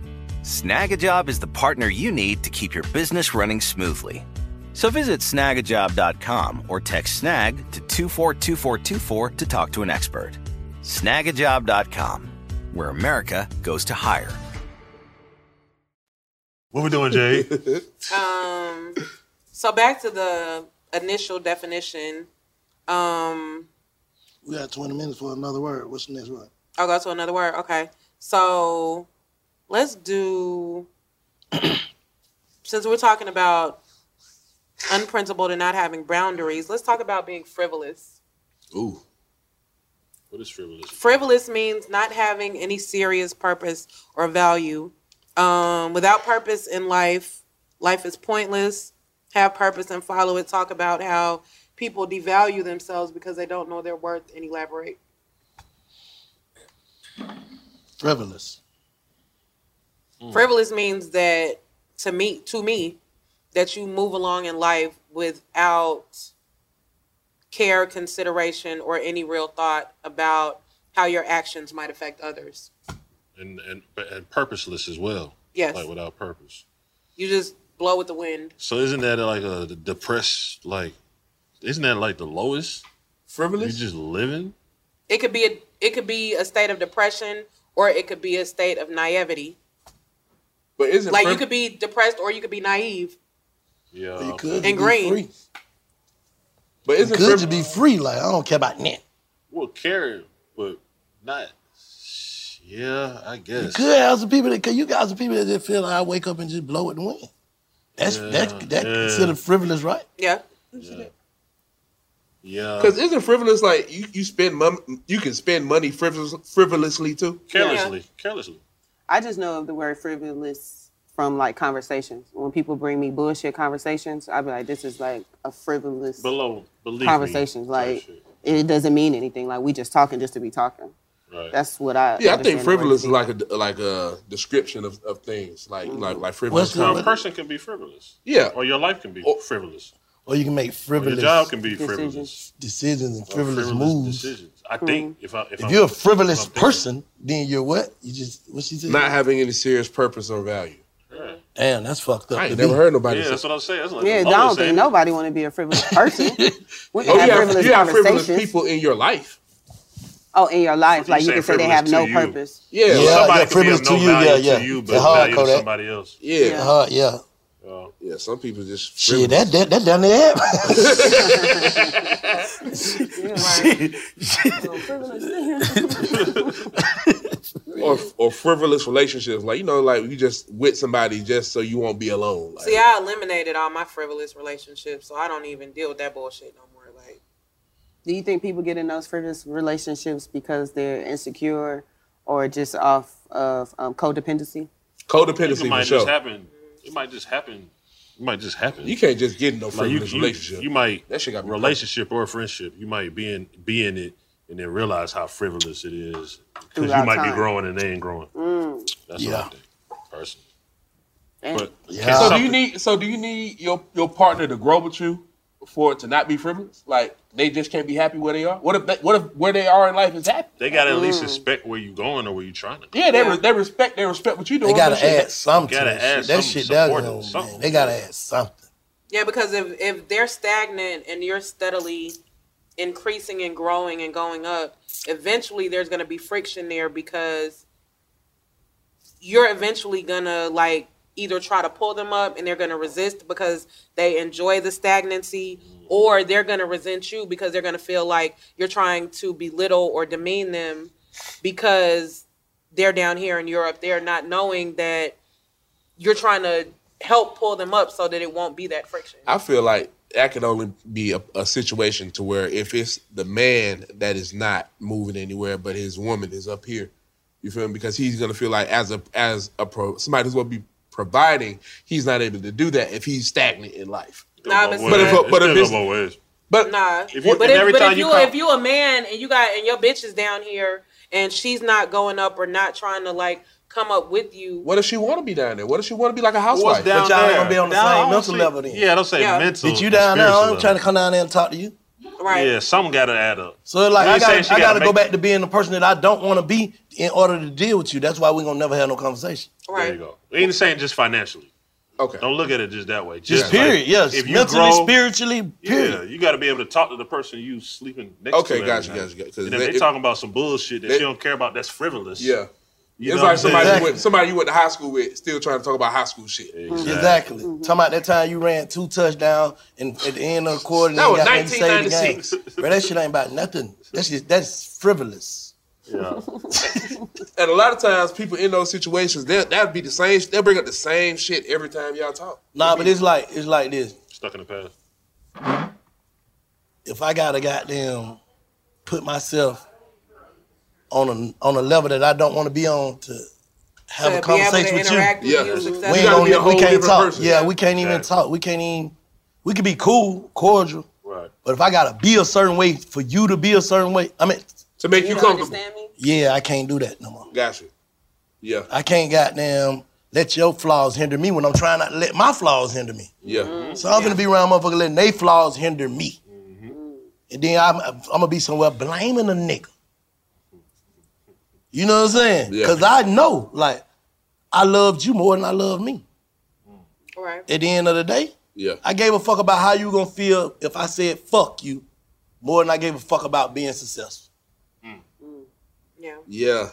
S12: Snagajob is the partner you need to keep your business running smoothly. So visit snagajob.com or text snag to 242424 to talk to an expert. Snagajob.com, where America goes to hire.
S13: What we doing, Jay?
S3: Um, so back to the initial definition. Um,
S5: We got 20 minutes for another word. What's the next word?
S3: I'll go to another word. Okay. So let's do since we're talking about unprintable to not having boundaries, let's talk about being frivolous.
S13: Ooh. What is frivolous?
S3: Frivolous means not having any serious purpose or value. Um, without purpose in life, life is pointless. Have purpose and follow it. Talk about how people devalue themselves because they don't know their worth and elaborate.
S5: Frivolous.
S3: Frivolous means that to me, to me, that you move along in life without care, consideration, or any real thought about how your actions might affect others.
S13: And, and and purposeless as well.
S3: Yes.
S13: Like without purpose.
S3: You just blow with the wind.
S13: So isn't that like a depressed like? Isn't that like the lowest?
S5: Frivolous.
S13: You just living.
S3: It could be a it could be a state of depression or it could be a state of naivety.
S8: But isn't
S3: like
S8: friv-
S3: you could be depressed or you could be naive
S13: Yeah. You
S5: could
S3: and
S5: be
S3: green.
S5: free. But
S8: isn't
S5: good to be free? Like I don't care about that.
S13: Well, care, but not. Yeah, I
S5: You
S13: guess.
S5: could have some people that cause you got some people that just feel like I wake up and just blow it and win. That's
S13: Yeah,
S5: that's that
S13: yeah.
S5: considered frivolous, right?
S3: Yeah.
S13: Yeah.
S8: Because isn't frivolous like you, you spend mum, you can spend money frivolous, frivolously too?
S13: Carelessly. Carelessly.
S9: I just know of the word frivolous from like conversations. When people bring me bullshit conversations, I'll be like, this is like a frivolous
S13: Below. Believe me.
S9: conversations. Like it doesn't mean anything. Like we just talking just to be talking.
S13: Right.
S9: That's what I
S8: Yeah, I think
S9: understand the word
S8: frivolous is
S9: frivolous.
S8: like a like a description of, of things like
S4: Mm-hmm.
S8: like like
S5: What's
S8: frivolous.
S5: the-
S8: conversation.
S13: person can be frivolous.
S8: Yeah.
S13: Or your life can be frivolous.
S5: Or you can make frivolous
S13: job can be Decisions. frivolous.
S5: decisions and
S13: Or
S5: frivolous,
S13: frivolous
S5: moves.
S13: decisions. I think if I if,
S5: If
S13: I'm-
S5: you're a frivolous
S13: if I'm
S5: person, then you're what? You just what she said?
S8: Mm-hmm. Not having any serious purpose or value.
S13: Yeah.
S5: Damn, that's fucked up.
S8: I
S5: to
S8: ain't never
S5: me.
S8: heard nobody
S13: Yeah, that's what I'm saying. That's like
S9: Yeah,
S13: the
S9: I don't
S13: lowest,
S9: think
S13: ain't it?
S9: nobody want to be a frivolous person. we can
S8: Oh,
S9: have
S8: you have,
S9: frivolous
S8: you have frivolous
S9: conversations.
S8: people in your life.
S9: Oh, in your life,
S4: You
S9: like you
S4: say
S9: can say they
S4: privilege
S9: have
S4: to
S9: no
S4: you.
S9: purpose.
S4: Yeah,
S5: Yeah,
S4: somebody
S5: yeah,
S4: could be
S5: privilege
S4: of no
S5: to you,
S4: value
S5: yeah,
S4: to
S5: yeah.
S4: you, but
S5: It's hard,
S4: value to
S5: Kodak.
S4: somebody else.
S8: Yeah.
S5: Yeah, huh, yeah.
S8: Yeah, some people just
S5: Shit, that that that down there.
S8: or or frivolous relationships, like you know, like you just with somebody just so you won't be alone. Like,
S3: See, I eliminated all my frivolous relationships, so I don't even deal with that bullshit no more. Like,
S9: Do you think people get in those frivolous relationships because they're insecure or just off of um, codependency?
S8: Codependency
S13: It might
S8: for sure.
S13: just happen. It might just happen. It might just happen.
S8: You can't just get in no
S13: you,
S8: frivolous
S13: you-
S8: relationship.
S13: You might
S8: That shit got me
S13: relationship or friendship. You might be in be in it and then realize how frivolous it is because you
S8: Throughout
S13: might
S8: time.
S13: be growing and they ain't growing.
S9: Mm.
S13: That's what
S8: Yeah.
S13: I think personally.
S8: And-
S13: But
S8: Yeah. So do you need? So do you need your your partner to grow with you for it to not be frivolous? Like they just can't be happy where they are. What if? They, what if where they are in life is happy?
S13: they gotta at
S4: Mm.
S8: Mm.
S13: least respect where you going or where you trying to. go.
S8: Yeah, they re- they respect they respect what you doing.
S5: They gotta
S8: but shit.
S5: add something.
S13: Gotta
S5: to that
S13: add
S5: shit. That
S13: some
S5: shit down
S13: support
S5: there,
S13: or
S5: man.
S13: something.
S5: They gotta add something.
S3: yeah, because if if they're stagnant and you're steadily increasing and growing and going up, eventually there's gonna be friction there because you're eventually gonna like either try to pull them up and they're gonna resist because they enjoy the stagnancy, or they're gonna resent you because they're gonna feel like you're trying to belittle or demean them because they're down here in Europe. They're not knowing that you're trying to help pull them up so that it won't be that friction.
S8: I feel like that can only be a, a situation to where if it's the man that is not moving anywhere, but his woman is up here. You feel me? Because he's gonna feel like as a as a pro somebody who's gonna be providing, he's not able to do that if he's stagnant in life.
S3: Nah, but
S8: but if but if it's but
S3: nah,
S8: if you-
S3: but,
S8: and
S3: if,
S8: every
S3: but
S8: time
S3: if
S8: you
S3: you
S8: call-
S3: if you a man and you got and your bitch is down here and she's not going up or not trying to like come up with you.
S8: What if she want to be down there? What if she want to be like a
S5: What's
S8: housewife?
S5: down But y'all ain't gonna be on the there? same Down, mental honestly- level then.
S13: Yeah, don't say
S3: Yeah.
S13: mental.
S5: Did you down there?
S13: spiritual
S5: I'm trying to come down there and talk to you.
S3: Right.
S13: Yeah, something gotta add up.
S5: So like
S13: You
S5: I
S13: ain't saying
S5: gotta,
S13: she
S5: I gotta
S13: make
S5: go back to being the person that I don't want to be in order to deal with you. That's why we're gonna never have no conversation.
S3: Right.
S13: There you go. We ain't saying just financially.
S8: Okay.
S13: Don't look at it just that way.
S5: Just
S13: like,
S5: period. yes,
S13: If you
S5: mentally,
S13: grow,
S5: spiritually, period.
S13: yeah, you got to be able to talk to the person you sleeping next
S8: Okay,
S13: to. every
S8: gotcha,
S13: night.
S8: gotcha, gotcha. 'Cause
S13: And if
S8: they-
S13: they,
S8: if-
S13: talking about some bullshit that
S8: they-
S13: you don't care about, that's frivolous.
S8: Yeah.
S13: You
S8: it's
S13: know what
S8: like
S13: I'm saying?
S8: somebody you went, somebody you went to high school with still trying to talk about high school shit.
S5: Exactly. Talking about that time you ran two touchdowns and at the end of the quarter, and
S8: That
S5: you
S8: was
S5: got maybe saved the game.
S8: 1996.
S5: Bro, that shit ain't about nothing. That's just that's frivolous.
S13: Yeah.
S8: And a lot of times, people in those situations, they'll that'd be the same. They'll bring up the same shit every time y'all talk.
S5: Nah, but it's like it's like this.
S13: Stuck in the past.
S5: If I gotta goddamn put myself on a on a level that I don't want to be on to have
S3: To be
S5: a
S3: able to
S5: conversation with you,
S3: interact with you Yeah.
S5: we
S3: successfully.
S5: ain't
S3: You gotta be a
S5: gonna, we
S3: whole
S5: can't
S3: different
S5: talk.
S3: person.
S5: Yeah, we can't even talk. We can't even. We could be cool, cordial, but if I gotta be a certain way for you to be a certain way, I mean,
S8: to make you comfortable.
S5: Yeah, I can't do that no more.
S8: Gotcha. Yeah.
S5: I can't goddamn let your flaws hinder me when I'm trying not to let my flaws hinder me.
S8: Yeah.
S3: Mm-hmm.
S5: So I'm gonna be around motherfuckers letting they flaws hinder me.
S8: Mm-hmm.
S5: And then I'm, I'm gonna be somewhere blaming a nigga. You know what I'm saying?
S8: Yeah.
S5: Because I know, like, I loved you more than I love me.
S3: Right.
S5: At the end of the day,
S8: Yeah.
S5: I gave a fuck about how you gonna feel if I said fuck you more than I gave a fuck about being successful.
S3: mm, Yeah.
S8: Yeah.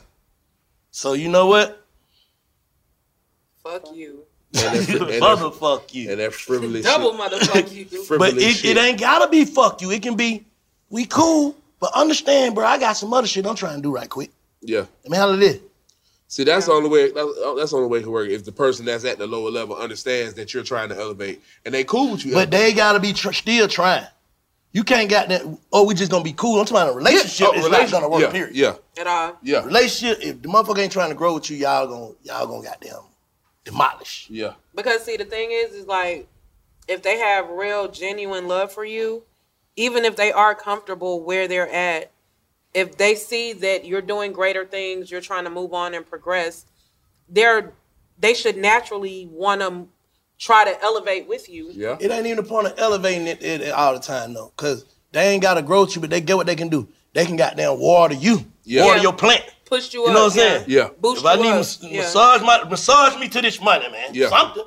S5: So you know what?
S3: Fuck you.
S5: Motherfuck you.
S8: And that frivolous
S3: Double motherfuck you.
S5: but it, it ain't gotta be fuck you. It can be we cool, but understand, bro. I got some other shit I'm trying to do right quick.
S8: Yeah.
S5: I mean, how it is.
S8: See, that's the only way. That's, uh, that's the only way it can work. If the person that's at the lower level understands that you're trying to elevate, and they cool with you. Oh,
S5: But they gotta be tr- still trying. You can't got that. Oh, we just gonna be cool. I'm talking about a relationship.
S8: Oh,
S5: is
S8: relation-
S5: not gonna work.
S8: yeah,
S5: Period.
S8: Yeah.
S3: At all.
S8: Yeah.
S5: Relationship. If the motherfucker ain't trying to grow with you, y'all gonna y'all gonna goddamn demolish.
S8: Yeah.
S3: Because see, the thing is, is like if they have real, genuine love for you, even if they are comfortable where they're at, if they see that you're doing greater things, you're trying to move on and progress, they're they should naturally want to try to elevate with you.
S5: It ain't even the point of elevating it, it- it all the time though, cause they ain't gotta grow with you, but they get what they can do. They can goddamn water you,
S8: Yeah.
S5: water your plant.
S3: Push you,
S5: You
S3: up.
S5: know what I'm saying?
S8: Yeah.
S5: if I need mas-
S3: yeah.
S5: massage my massage me to this money, man.
S8: Yeah.
S5: Something.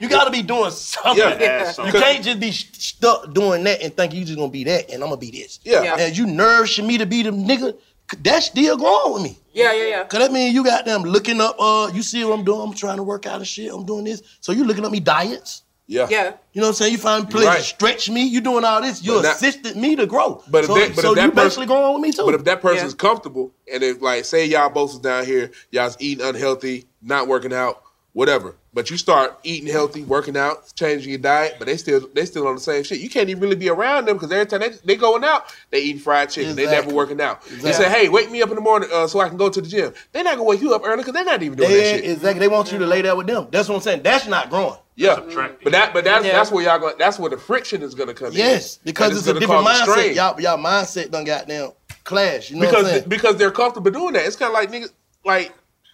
S5: You gotta be doing something.
S8: Yeah. Yeah.
S5: You can't just be st- stuck doing that and think you just gonna be that and I'm gonna be this.
S8: Yeah. Yeah.
S5: And you nourishing me to be the nigga. that's still growing with me.
S3: Yeah, yeah, yeah.
S5: Cause that mean you got them looking up. Uh, you see what I'm doing? I'm trying to work out and shit. I'm doing this. So you looking up me diets?
S8: Yeah.
S3: Yeah.
S5: You know what I'm saying? You find places
S8: right.
S5: to stretch me. You doing all this. You
S8: But that-
S5: assisted me to grow.
S8: But if
S5: so,
S8: that, but
S5: so
S8: if that
S5: you
S8: person-
S5: basically growing with me too.
S8: But if that person's comfortable, and if like say y'all both is down here, y'all's eating unhealthy, not working out, whatever. But you start eating healthy, working out, changing your diet, but they still they still on the same shit. You can't even really be around them because every time they, they going out, they eating fried chicken. They never
S5: Exactly.
S8: working out. You
S5: Exactly.
S8: say, hey, wake me up in the morning uh, so I can go to the gym. They're not gonna wake you up early because they're not even doing that
S5: they,
S8: shit.
S5: exactly, they want you to lay there with them. That's what I'm saying. That's not growing.
S8: Yeah, but that but that's that's where y'all going. That's where the friction is gonna come in.
S5: Yes, because
S8: And
S5: it's, a
S8: gonna
S5: different
S8: cause
S5: mindset.
S8: strain.
S5: Y'all, y'all mindset done got down clash. You know
S8: because
S5: what I'm saying?
S8: because they're comfortable doing that. It's kind of like niggas, like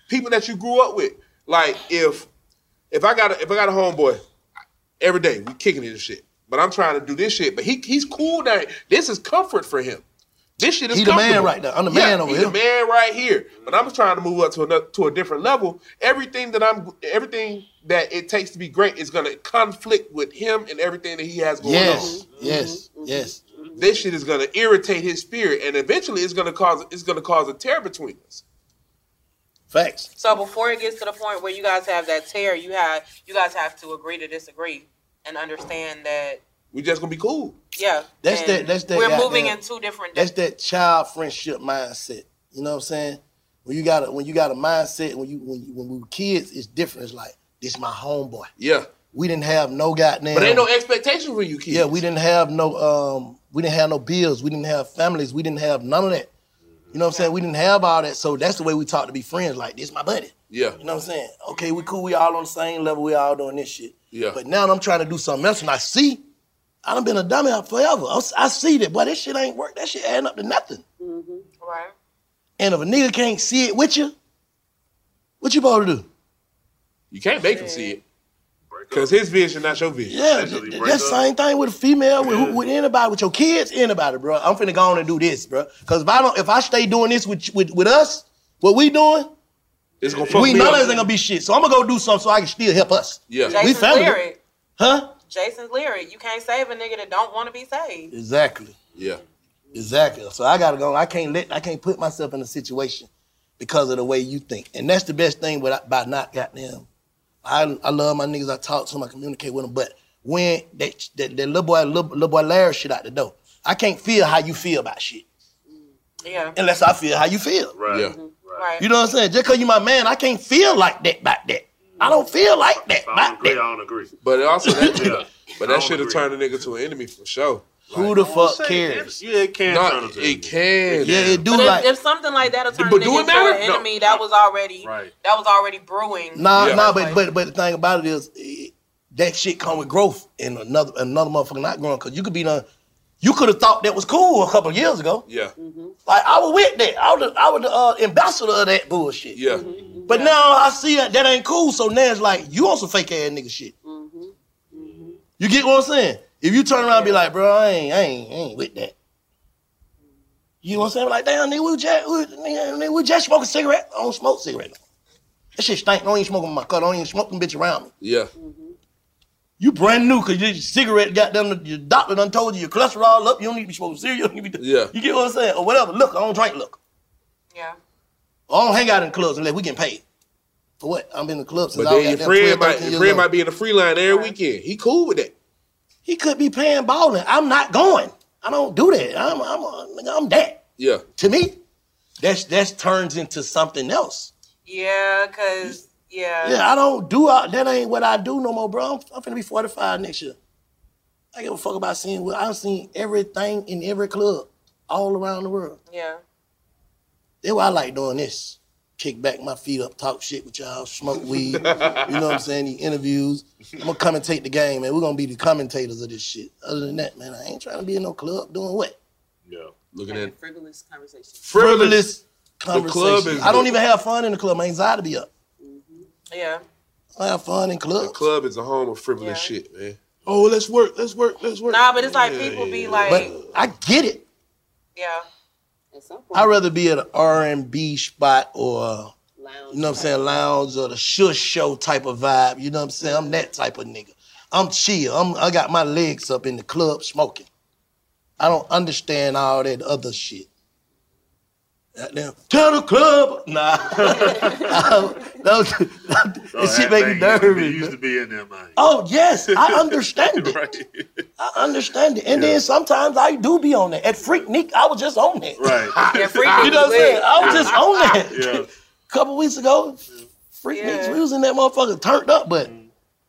S8: people that you grew up with. Like if if I got a, if I got a homeboy every day, we kicking it and shit. But I'm trying to do this shit. But he he's cool now. This is comfort for him. This shit is
S5: He the man
S8: comfortable.
S5: right now. I'm the man
S8: yeah,
S5: over
S8: he
S5: here.
S8: The man right here. But I'm trying to move up to another to a different level. Everything that I'm everything that it takes to be great is gonna conflict with him and everything that he has going
S5: Yes,
S8: on
S5: yes, yes.
S8: this shit is gonna irritate his spirit, and eventually it's gonna cause it's gonna cause a tear between us.
S5: Facts.
S3: So before it gets to the point where you guys have that tear, you have you guys have to agree to disagree and understand that
S8: We just gonna be cool.
S3: yeah.
S5: That's
S3: and
S5: that. That's that.
S3: We're
S5: goddamn-
S3: moving in two different.
S5: That's that child friendship mindset. You know what I'm saying? When you got a when you got a mindset when you when you, when we were kids, it's different. It's like this my homeboy.
S8: Yeah,
S5: We didn't have no goddamn.
S8: but ain't no expectation for you kids.
S5: Yeah, we didn't have no um we didn't have no bills, we didn't have families, we didn't have none of that. You know what I'm saying? We didn't have all that. So that's the way we taught to be friends. Like this my buddy.
S8: Yeah,
S5: You know what I'm saying? Okay, we cool, we all on the same level, we all doing this shit.
S8: yeah.
S5: But now I'm trying to do something else and I see I done been a dummy forever. I, s- I see that, boy, this shit ain't work. That shit adding up to nothing.
S3: Right.
S5: And if a nigga can't see it with you, what you supposed to do?
S8: You can't make him see it because his vision not your vision.
S5: Yeah, Th- That's the same thing with a female, with, who- with anybody, with your kids, anybody, bro. I'm finna go on and do this, bro. Cause if I don't, if I stay doing this with with, with us, what we doing,
S8: It's gonna fuck
S5: we
S8: me
S5: none
S8: up.
S5: of us ain't gonna be shit. So I'm gonna go do something so I can still help us.
S8: Yeah.
S5: we
S3: Jason's
S5: family,
S3: lyric.
S5: huh?
S3: Jason's lyric. You can't save a nigga that don't want to be saved.
S5: Exactly.
S8: Yeah.
S5: Exactly. So I gotta go. I can't let. I can't put myself in a situation because of the way you think, and that's the best thing. Without by not goddamn, I I love my niggas. I talk to them. I communicate with them. But when that that, that little boy little, little boy Larry shit out the door, I can't feel how you feel about shit
S3: Yeah.
S5: unless I feel how you feel.
S8: Right. Yeah.
S3: Right.
S5: You know what I'm saying? Just because you my man, I can't feel like that about that. I don't feel like that.
S13: I don't agree. I don't agree.
S8: But it also that, but that should have turned a nigga to an enemy for sure.
S5: Who the fuck cares?
S13: Yeah, it can.
S8: Not, it can.
S5: Yeah, it do
S3: But
S5: like.
S3: if, if something like that'll turn
S8: But
S3: a
S8: do
S3: nigga
S8: it
S3: into
S8: matter?
S3: an
S8: No.
S3: enemy, that was already
S8: Right.
S3: that was already brewing.
S5: Nah,
S3: Yeah.
S5: nah, but but but the thing about it is eh, that shit come with growth and another another motherfucker not growing because you could be done. You could have thought that was cool a couple of years ago.
S8: Yeah.
S5: Like I was with that. I was the, I was the uh, ambassador of that bullshit.
S8: Yeah.
S5: But now I see that that ain't cool. So now it's like you on some fake ass nigga shit. You get what I'm saying? If you turn around and be like, bro, I ain't, I ain't, I ain't with that. You know what I'm saying? Like, damn, nigga, we just, we, nigga, nigga, we just smoking cigarette. I don't smoke cigarette. no more. That shit stink. I don't even smoke 'em in my car. I don't even smoke them bitch around me.
S8: Yeah.
S5: You brand new because your cigarette got done. Your doctor done told you your cholesterol up. You don't need to be smoking cereal. You, don't need to be
S8: Yeah.
S5: you get what I'm saying? Or whatever. Look, I don't drink. Look,
S3: Yeah.
S5: I don't hang out in clubs unless we getting paid. For what? I'm in the club since
S8: But
S5: I was
S8: then your
S5: goddamn 12,
S8: friend might
S5: 13
S8: your
S5: years
S8: friend
S5: old.
S8: might be in the free line every weekend. He cool with that.
S5: He could be playing balling. I'm not going. I don't do that. I'm I'm uh, nigga, I'm that.
S8: Yeah.
S5: To me, that's that's turns into something else.
S3: Yeah, cause yeah.
S5: Yeah, I don't do all, that. Ain't what I do no more, bro. I'm, I'm finna be 45 next year. I give a fuck about seeing what I've seen everything in every club all around the world.
S3: Yeah.
S5: That's why I like doing this. Kick back my feet up, talk shit with y'all, smoke weed. you know what I'm saying? The interviews. I'm gonna commentate the game, man. We're gonna be the commentators of this shit. Other than that, man, I ain't trying to be in no club doing what?
S8: Yeah. Looking at
S3: frivolous conversation.
S5: frivolous
S8: The
S5: conversation.
S8: club is
S5: I don't even have fun in the club. My anxiety be up.
S3: Yeah.
S5: I have fun in clubs.
S8: The club is a home of frivolous shit, man. Oh, let's work, let's work, let's work.
S3: Nah, but it's like people be like,
S5: But I get it.
S3: yeah.
S5: I'd rather be at an R and B spot or a, you know what I'm saying, lounge or the shush show type of vibe. You know what I'm saying? I'm that type of nigga. I'm chill. I'm I got my legs up in the club smoking. I don't understand all that other shit. Goddamn, Channel Club. Nah, that, was- that shit make me nervous.
S13: It used to be in there, man.
S5: Oh yes, I understand it. I understand it. And then sometimes I do be on it. At Freak Nick, I was just on it.
S13: Right.
S5: you know what I'm saying? I was just on that.
S13: Yeah.
S5: A couple weeks ago, Freak
S3: Yeah.
S5: Nick, we was in that motherfucker turned up, but
S13: Mm-hmm.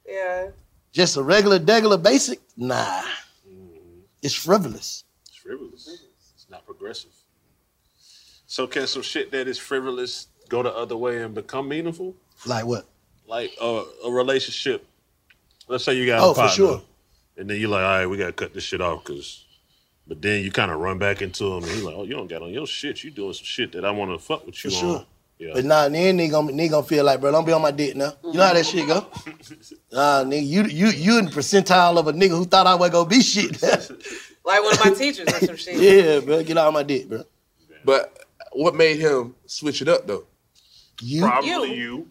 S3: Yeah.
S5: just a regular degular basic, nah.
S13: Mm-hmm.
S5: It's frivolous.
S13: It's frivolous. It's not progressive. So can some shit that is frivolous go the other way and become meaningful?
S5: Like what?
S13: Like uh, a relationship. Let's say you got
S5: Oh,
S13: a
S5: for
S13: partner,
S5: sure.
S13: and then you're like, all right, we gotta cut this shit off, cause. But then you kind of run back into him, and he's like, oh, you don't got on your shit. You doing some shit that I want to fuck with you
S5: For
S13: on.
S5: sure. But nah, then nigga gonna, nigga gonna feel like, bro, don't be on my dick now. You know how that shit go? Nah, nigga, you you you in the percentile of a nigga who thought I was gonna be shit.
S3: Like one of my teachers or some shit.
S5: yeah, bro, get out of my dick, bro.
S8: But what made him switch it up though?
S5: You
S13: Probably you.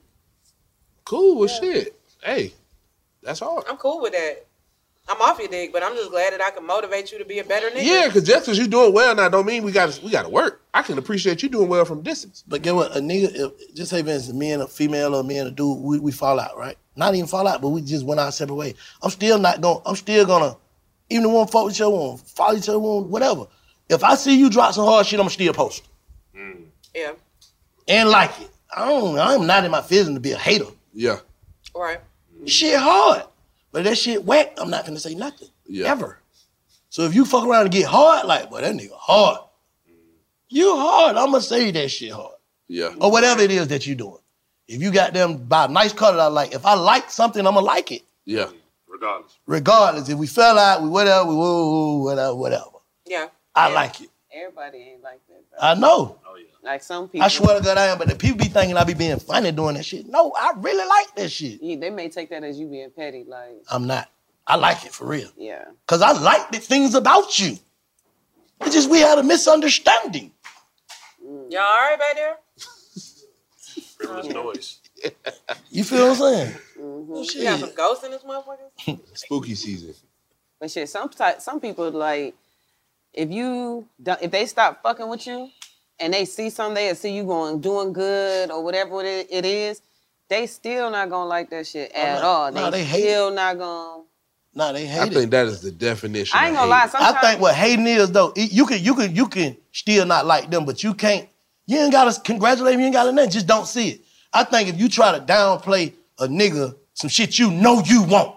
S8: Cool well shit. Hey, that's hard.
S3: I'm cool with that. I'm off your dick, but I'm just glad that I can motivate you to be a better nigga.
S8: Yeah, because just because you're doing well now don't mean we got we got to work. I can appreciate you doing well from distance.
S5: But get what a nigga, if, just say for instance, me and a female or me and a dude, we, we fall out, right? Not even fall out, but we just went our separate way. I'm still not going. to I'm still gonna, even the one fuck with your one, follow each other one, whatever. If I see you drop some hard shit, I'm still post
S3: Mm. Yeah.
S5: and like it. I don't. I'm not in my feelings to be a hater.
S8: Yeah.
S3: Right.
S5: Shit hard, but if that shit whack. I'm not gonna say nothing
S8: Yeah.
S5: ever. So if you fuck around and get hard, like, boy, that nigga hard. You hard. I'm gonna say that shit hard.
S8: Yeah.
S5: or whatever it is that you're doing. If you got them by a nice color, that I like. If I like something, I'm gonna like it,
S8: Yeah.
S13: Regardless.
S5: regardless. If we fell out, we whatever, we woo, woo, whatever, whatever.
S3: Yeah.
S5: I like it.
S9: Everybody ain't like that.
S5: I know.
S9: Like some people.
S5: I swear to God, I am. But the people be thinking I be being funny doing that shit. No, I really like that shit.
S9: Yeah, they may take that as you being petty. Like,
S5: I'm not. I like it for real.
S9: yeah.
S5: Cause I like the things about you. It's just we had a misunderstanding.
S3: Y'all all right back there?
S13: Frivolous noise.
S5: You feel what I'm saying?
S9: Mm-hmm.
S5: Oh,
S3: We got some ghosts in this motherfucker?
S8: Spooky season.
S9: But shit, some ty- some people like if you don't, if they stop fucking with you and they see something they see you going doing good or whatever it it is, they still not gonna like that shit
S5: Oh,
S9: at
S5: no.
S9: all.
S5: No,
S9: they,
S5: they hate
S9: still not gonna.
S5: Nah, they hate
S8: I
S5: it.
S8: think that is the definition.
S9: I ain't gonna lie. Sometimes
S5: I think what hating is though, it- you can you can you can still not like them, but you can't. You ain't gotta congratulate them. You ain't gotta nothing. Just don't see it. I think if you try to downplay a nigga, some shit you know you won't.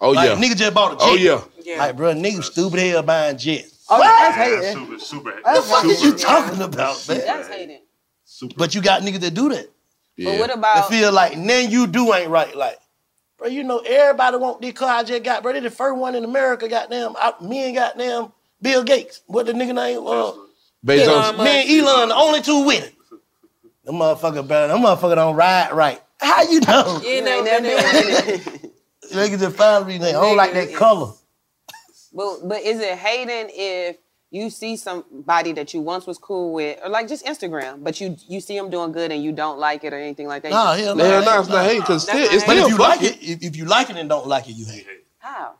S8: Oh
S5: like,
S8: yeah.
S5: nigga just bought a jet.
S8: Oh yeah.
S5: Like bro, nigga stupid hell buying jets.
S9: Oh, that's hating.
S13: super, super.
S5: What the fuck is you
S9: Yeah.
S5: talking about, man?
S9: That's hating.
S5: But you got niggas that do that.
S9: But what about?
S5: They feel like nothing you do ain't right. Like, bro, you know everybody want this car I just got, bro. They the first one in America, goddamn. I, me and goddamn Bill Gates. What the nigga name? Uh,
S8: Bezos.
S5: Elon, me and Elon, the only two winning. Them motherfucker, bro. Them motherfucker don't ride right. How you know?
S3: Yeah, no, no, no.
S5: Niggas just finally reason they don't like that color.
S9: But but is it hating if you see somebody that you once was cool with, or like just Instagram, but you you see them doing good and you don't like it or anything like that?
S5: Nah,
S9: You-
S5: hell no.
S8: Hell no, it's not hate because still, it's
S5: But
S8: still
S5: if you
S8: fuck
S5: like
S8: it.
S5: it, if, if you like it and don't like it, you hate it.
S9: How?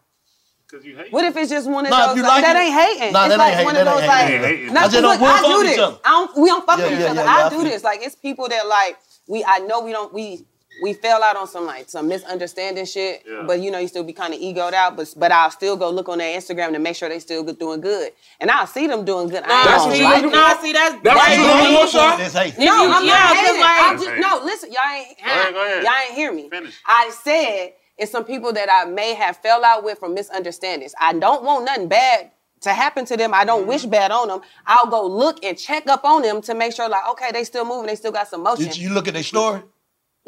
S13: Because you hate
S9: What if it's just one of
S5: Nah, if
S9: those
S5: you
S9: like,
S5: like
S9: that
S5: it-
S9: ain't hating?
S5: Nah,
S9: it's
S5: that
S9: like
S5: ain't
S9: one
S5: hating,
S9: of
S5: that
S9: those
S5: ain't
S9: like
S5: hating. Yeah, hating.
S9: Nah,
S5: I just
S9: look,
S5: don't- we don't
S9: I
S5: fuck
S9: do
S5: with
S9: this.
S5: each other.
S9: I don't, we don't fuck
S5: Yeah,
S9: with each
S5: yeah,
S9: other.
S5: yeah,
S9: I
S5: I
S9: do
S5: feel
S9: this. Like it's people that like we I know we don't we we fell out on some like some misunderstanding shit,
S17: Yeah.
S9: but you know you still be kind of egoed out, but but I'll still go look on their Instagram to make sure they still good, doing good, and I'll see them doing good. I
S3: Nah,
S9: don't
S3: see,
S9: like it.
S3: nah, see, that's
S9: That's what you doing,
S3: hating.
S9: Washa?
S5: That's hate.
S9: No, I'm
S3: Yeah,
S9: not
S3: I'm
S9: hating.
S3: just
S9: I'm
S3: like-
S9: just, no, listen, y'all ain't
S3: Go ahead, go ahead.
S9: y'all ain't hear me. I said it's some people that I may have fell out with from misunderstandings. I don't want nothing bad to happen to them. I don't wish
S5: Mm-hmm.
S9: bad on them. I'll go look and check up on them to make sure, like, okay, they still moving, they still got some motion.
S5: Did you look at their story?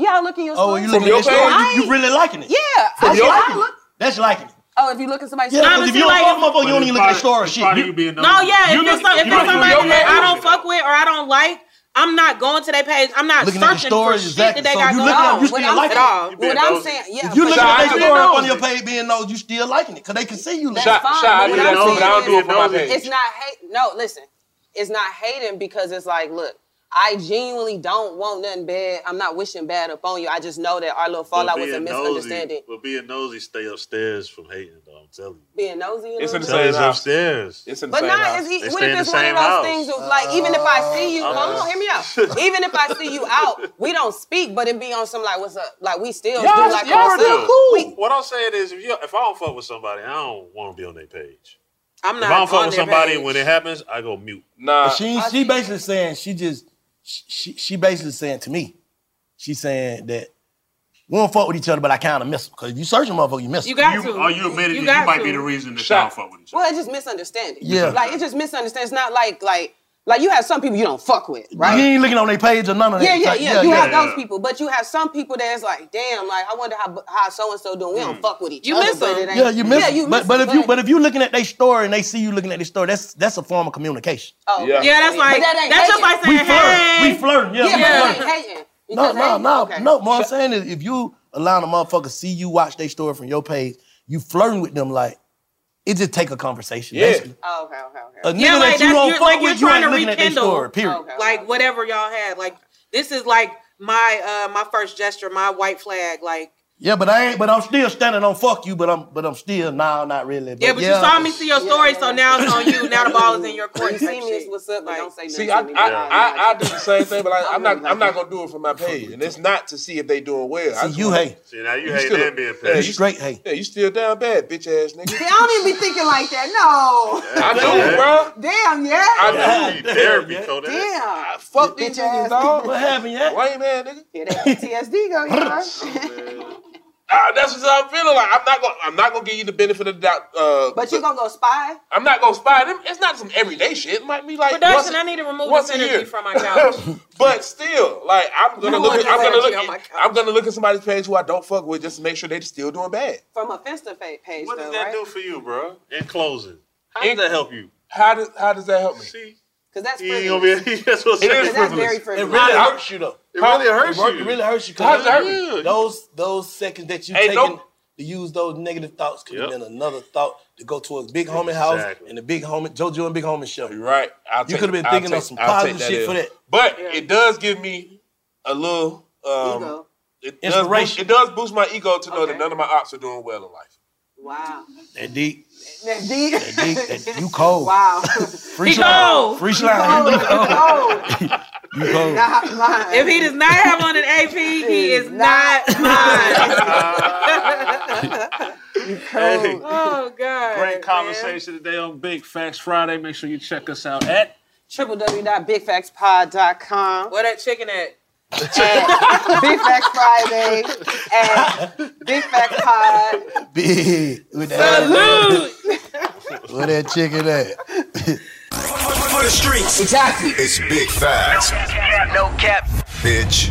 S9: yeah, I look in your
S5: Oh,
S9: story.
S5: you look at their story? You, you really liking it?
S9: Yeah, I,
S5: That's
S9: I
S5: liking
S9: look.
S5: it. That's liking it.
S9: Oh, if you look at somebody's
S5: Yeah,
S9: story,
S5: because if you don't fuck them up, you only look at the store and shit. You-
S3: No, yeah. If there's, some, if there's somebody that I don't fuck with or I don't like, I'm not going to their page. I'm not
S5: Looking at the
S3: searching for
S5: stories,
S3: shit
S5: exactly.
S3: that
S5: So
S3: they got
S5: you
S3: going
S5: looking at them,
S3: on.
S5: you still
S3: Without-
S5: like
S3: at all.
S5: it.
S9: What I'm saying, yeah.
S5: If you
S9: but
S5: look at
S9: y'all-
S5: their story up on your page being knows, you still liking it because they can see you.
S9: That's
S5: liking it.
S9: fine. but what I'm saying is, It's not hate. No, listen. It's not hating because it's like, look, I genuinely don't want nothing bad. I'm not wishing bad upon you. I just know that our little fallout was a misunderstanding.
S13: Nosy, but being nosy, stay upstairs from hating. Though, I'm telling you.
S9: Being nosy, you
S13: It's
S9: know?
S13: in the same house. upstairs.
S8: It's
S9: But not if he, what if it's one of those things of like, even if
S5: Oh,
S9: I see you,
S13: Uh,
S9: come on, hear me out. even if I see you out, we don't speak, but it be on some like, what's up? Like we still do
S13: Y'all,
S9: like "Oh,
S13: y'all
S9: our stuff.
S13: real cool. what I'm saying is, if, you, if I don't fuck with somebody, I don't want to be on their page.
S9: I'm
S13: If
S9: not
S13: I don't fuck
S9: on
S13: with
S9: their
S13: somebody,
S9: page. Uh,
S13: when it happens, I go mute.
S5: But she she basically saying she just she, she she basically saying to me, she saying that we don't fuck with each other, but I kind of miss them because you search a motherfucker, you miss them.
S9: You got You- to. oh, you
S13: admitted You that you got might be to. the reason that y'all fuck with
S9: Well, it's just misunderstanding.
S5: Yeah.
S9: Like it's just misunderstanding. It's not like like like you have some people you don't fuck with, right?
S5: You ain't looking on their page or none of
S9: Yeah,
S5: that.
S9: yeah,
S5: Like,
S9: yeah. You have
S5: yeah.
S9: those people, but you have some people that's like, damn, like I wonder how how so and so doing. We don't fuck with each
S3: You
S9: other.
S3: miss
S9: but
S3: them.
S9: it ain't-
S5: Mm. Yeah, you miss.
S9: Yeah, you
S5: but
S9: miss
S5: but
S9: them,
S5: if you but if you looking at their story and they see you looking at their story, that's that's a form of communication.
S9: Oh,
S3: Yeah. yeah, that's
S9: But
S3: like-
S9: that ain't
S3: that's just
S9: hating.
S3: like saying,
S5: we flirt.
S3: hey.
S5: We flirting. Yeah,
S9: Yeah,
S5: we
S9: but
S5: flirting.
S9: that ain't hating.
S5: No,
S9: Because that
S5: no,
S9: ain't-
S5: no,
S9: okay.
S5: no. What I'm saying is, if you allowing a motherfucker see you watch their story from your page, you flirting with them like it just take a conversation.
S3: Yeah.
S5: basically.
S9: Oh, okay, okay, okay.
S5: A nigga that you don't
S3: you're,
S5: fuck
S3: like
S5: with,
S3: you're
S5: you
S3: trying
S5: ain't
S3: to
S5: looking at they
S3: rekindle.
S5: story, period. Okay,
S3: Like whatever y'all had. Like this is like my uh my first gesture, my white flag. Like
S5: Yeah, but I ain't. But I'm still standing on fuck you. But I'm. But I'm still now not really.
S3: yeah, but you saw me see your story, so now it's on you. Now the ball is in your court.
S9: You see me, it's what's up, but don't say nothing.
S8: See,
S9: to
S8: I, I,
S9: me.
S8: I, I do the same thing, but I, I'm not I'm not gonna do it for my page, and it's not to see if they doing well. I just
S5: you
S8: wanna-
S5: hate.
S13: See, now you,
S8: You
S13: hate
S8: still-
S13: them being
S8: Yeah,
S13: paid.
S8: you
S5: straight hate.
S8: Yeah, you still down bad, bitch ass
S9: See,
S8: nigga.
S9: I don't even be thinking like that. No.
S8: I do, bro.
S9: Damn, yeah.
S8: I do.
S13: Therapy, Conan.
S9: Damn.
S8: Fuck these niggas, dog.
S5: What happened, yeah?
S8: Lame man, nigga.
S9: Yeah, that PTSD go, y'all.
S8: Ah, that's just how I'm feeling. Like I'm not gonna I'm not gonna give you the benefit of the doubt. Uh,
S9: But you gonna go spy?
S8: I'm not gonna spy them. It's not some everyday shit. It might be like
S9: Production,
S8: once a-
S9: I need to remove
S8: once
S9: this
S8: a
S9: energy
S8: year.
S9: from my couch.
S8: but still, like I'm gonna
S9: I
S8: look.
S9: want
S8: At, I'm gonna
S9: this
S8: look.
S9: energy on my
S8: At, I'm gonna look at somebody's page who I don't fuck with just to make sure they still doing bad.
S9: From a Finsta fa- page,
S13: What
S9: though,
S13: does that
S9: right?
S13: do for you, bro? In closing, how does that help you?
S8: How does How does that help me?
S13: See,
S9: because that's
S13: You ain't gonna be. That's what I'm
S8: It is
S13: saying.
S8: That's very
S5: It
S8: frivolous.
S5: really
S8: Huh?
S5: hurts you though.
S8: It really hurts
S5: it wor-
S8: you.
S5: It really hurts you. 'cause
S8: How does it hurt
S5: those-
S8: you?
S5: Those those seconds that you
S8: Hey,
S5: taking
S8: don't-
S5: to use those negative thoughts could have been another thought to go to a big homie house
S8: Exactly.
S5: and a big homie JoJo and big homie show. You're
S8: right. I'll
S5: you
S8: take-
S5: could have been
S8: I'll
S5: thinking
S8: take-
S5: of some
S8: I'll take
S5: positive shit
S8: L.
S5: for that.
S8: But it does give me a little um,
S9: Ego.
S8: it does boost,
S5: Inspiration.
S8: it does boost my ego to know that none of my ops are doing well in life.
S9: Wow.
S5: That deep.
S9: That deep.
S5: That deep. That, you cold.
S9: Wow.
S5: Free slime. Free slime. You cold. You cold.
S9: Not mine.
S3: If he does not have on an AP, he is not
S13: Hey.
S3: Oh God.
S13: Great conversation today on Big Facts Friday. Make sure you check us out at
S9: www.bigfactspod.com.
S3: Where that chicken at?
S9: Big Facts Friday and Big Facts Pod.
S5: Big. With
S9: Salute.
S5: Where that chicken at?
S1: For the streets. Exactly. It's big facts. No cap, no cap. Bitch.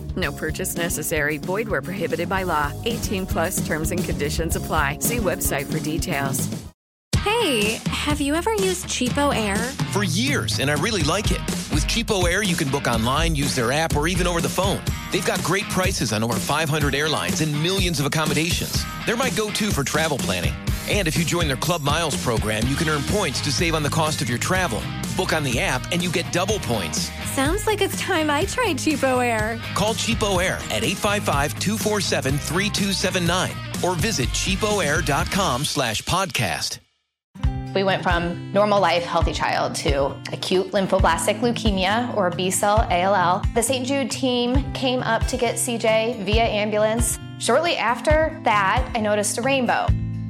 S17: No purchase necessary. Void where prohibited by law. 18 plus terms and conditions apply. See website for details.
S18: Hey, have you ever used Cheapo Air?
S19: for years, and I really like it. With Cheapo Air, you can book online, use their app, or even over the phone. They've got great prices on over 500 airlines and millions of accommodations. They're my go to for travel planning. And if you join their Club Miles program, you can earn points to save on the cost of your travel. Book on the app, and you get double points.
S18: Sounds like it's time I tried Cheapo Air.
S19: Call Cheapo Air at 855-247-3279 or visit cheapoair.com slash podcast.
S20: We went from normal life, healthy child to acute lymphoblastic leukemia or B cell ALL. The St. Jude team came up to get CJ via ambulance. Shortly after that, I noticed a rainbow.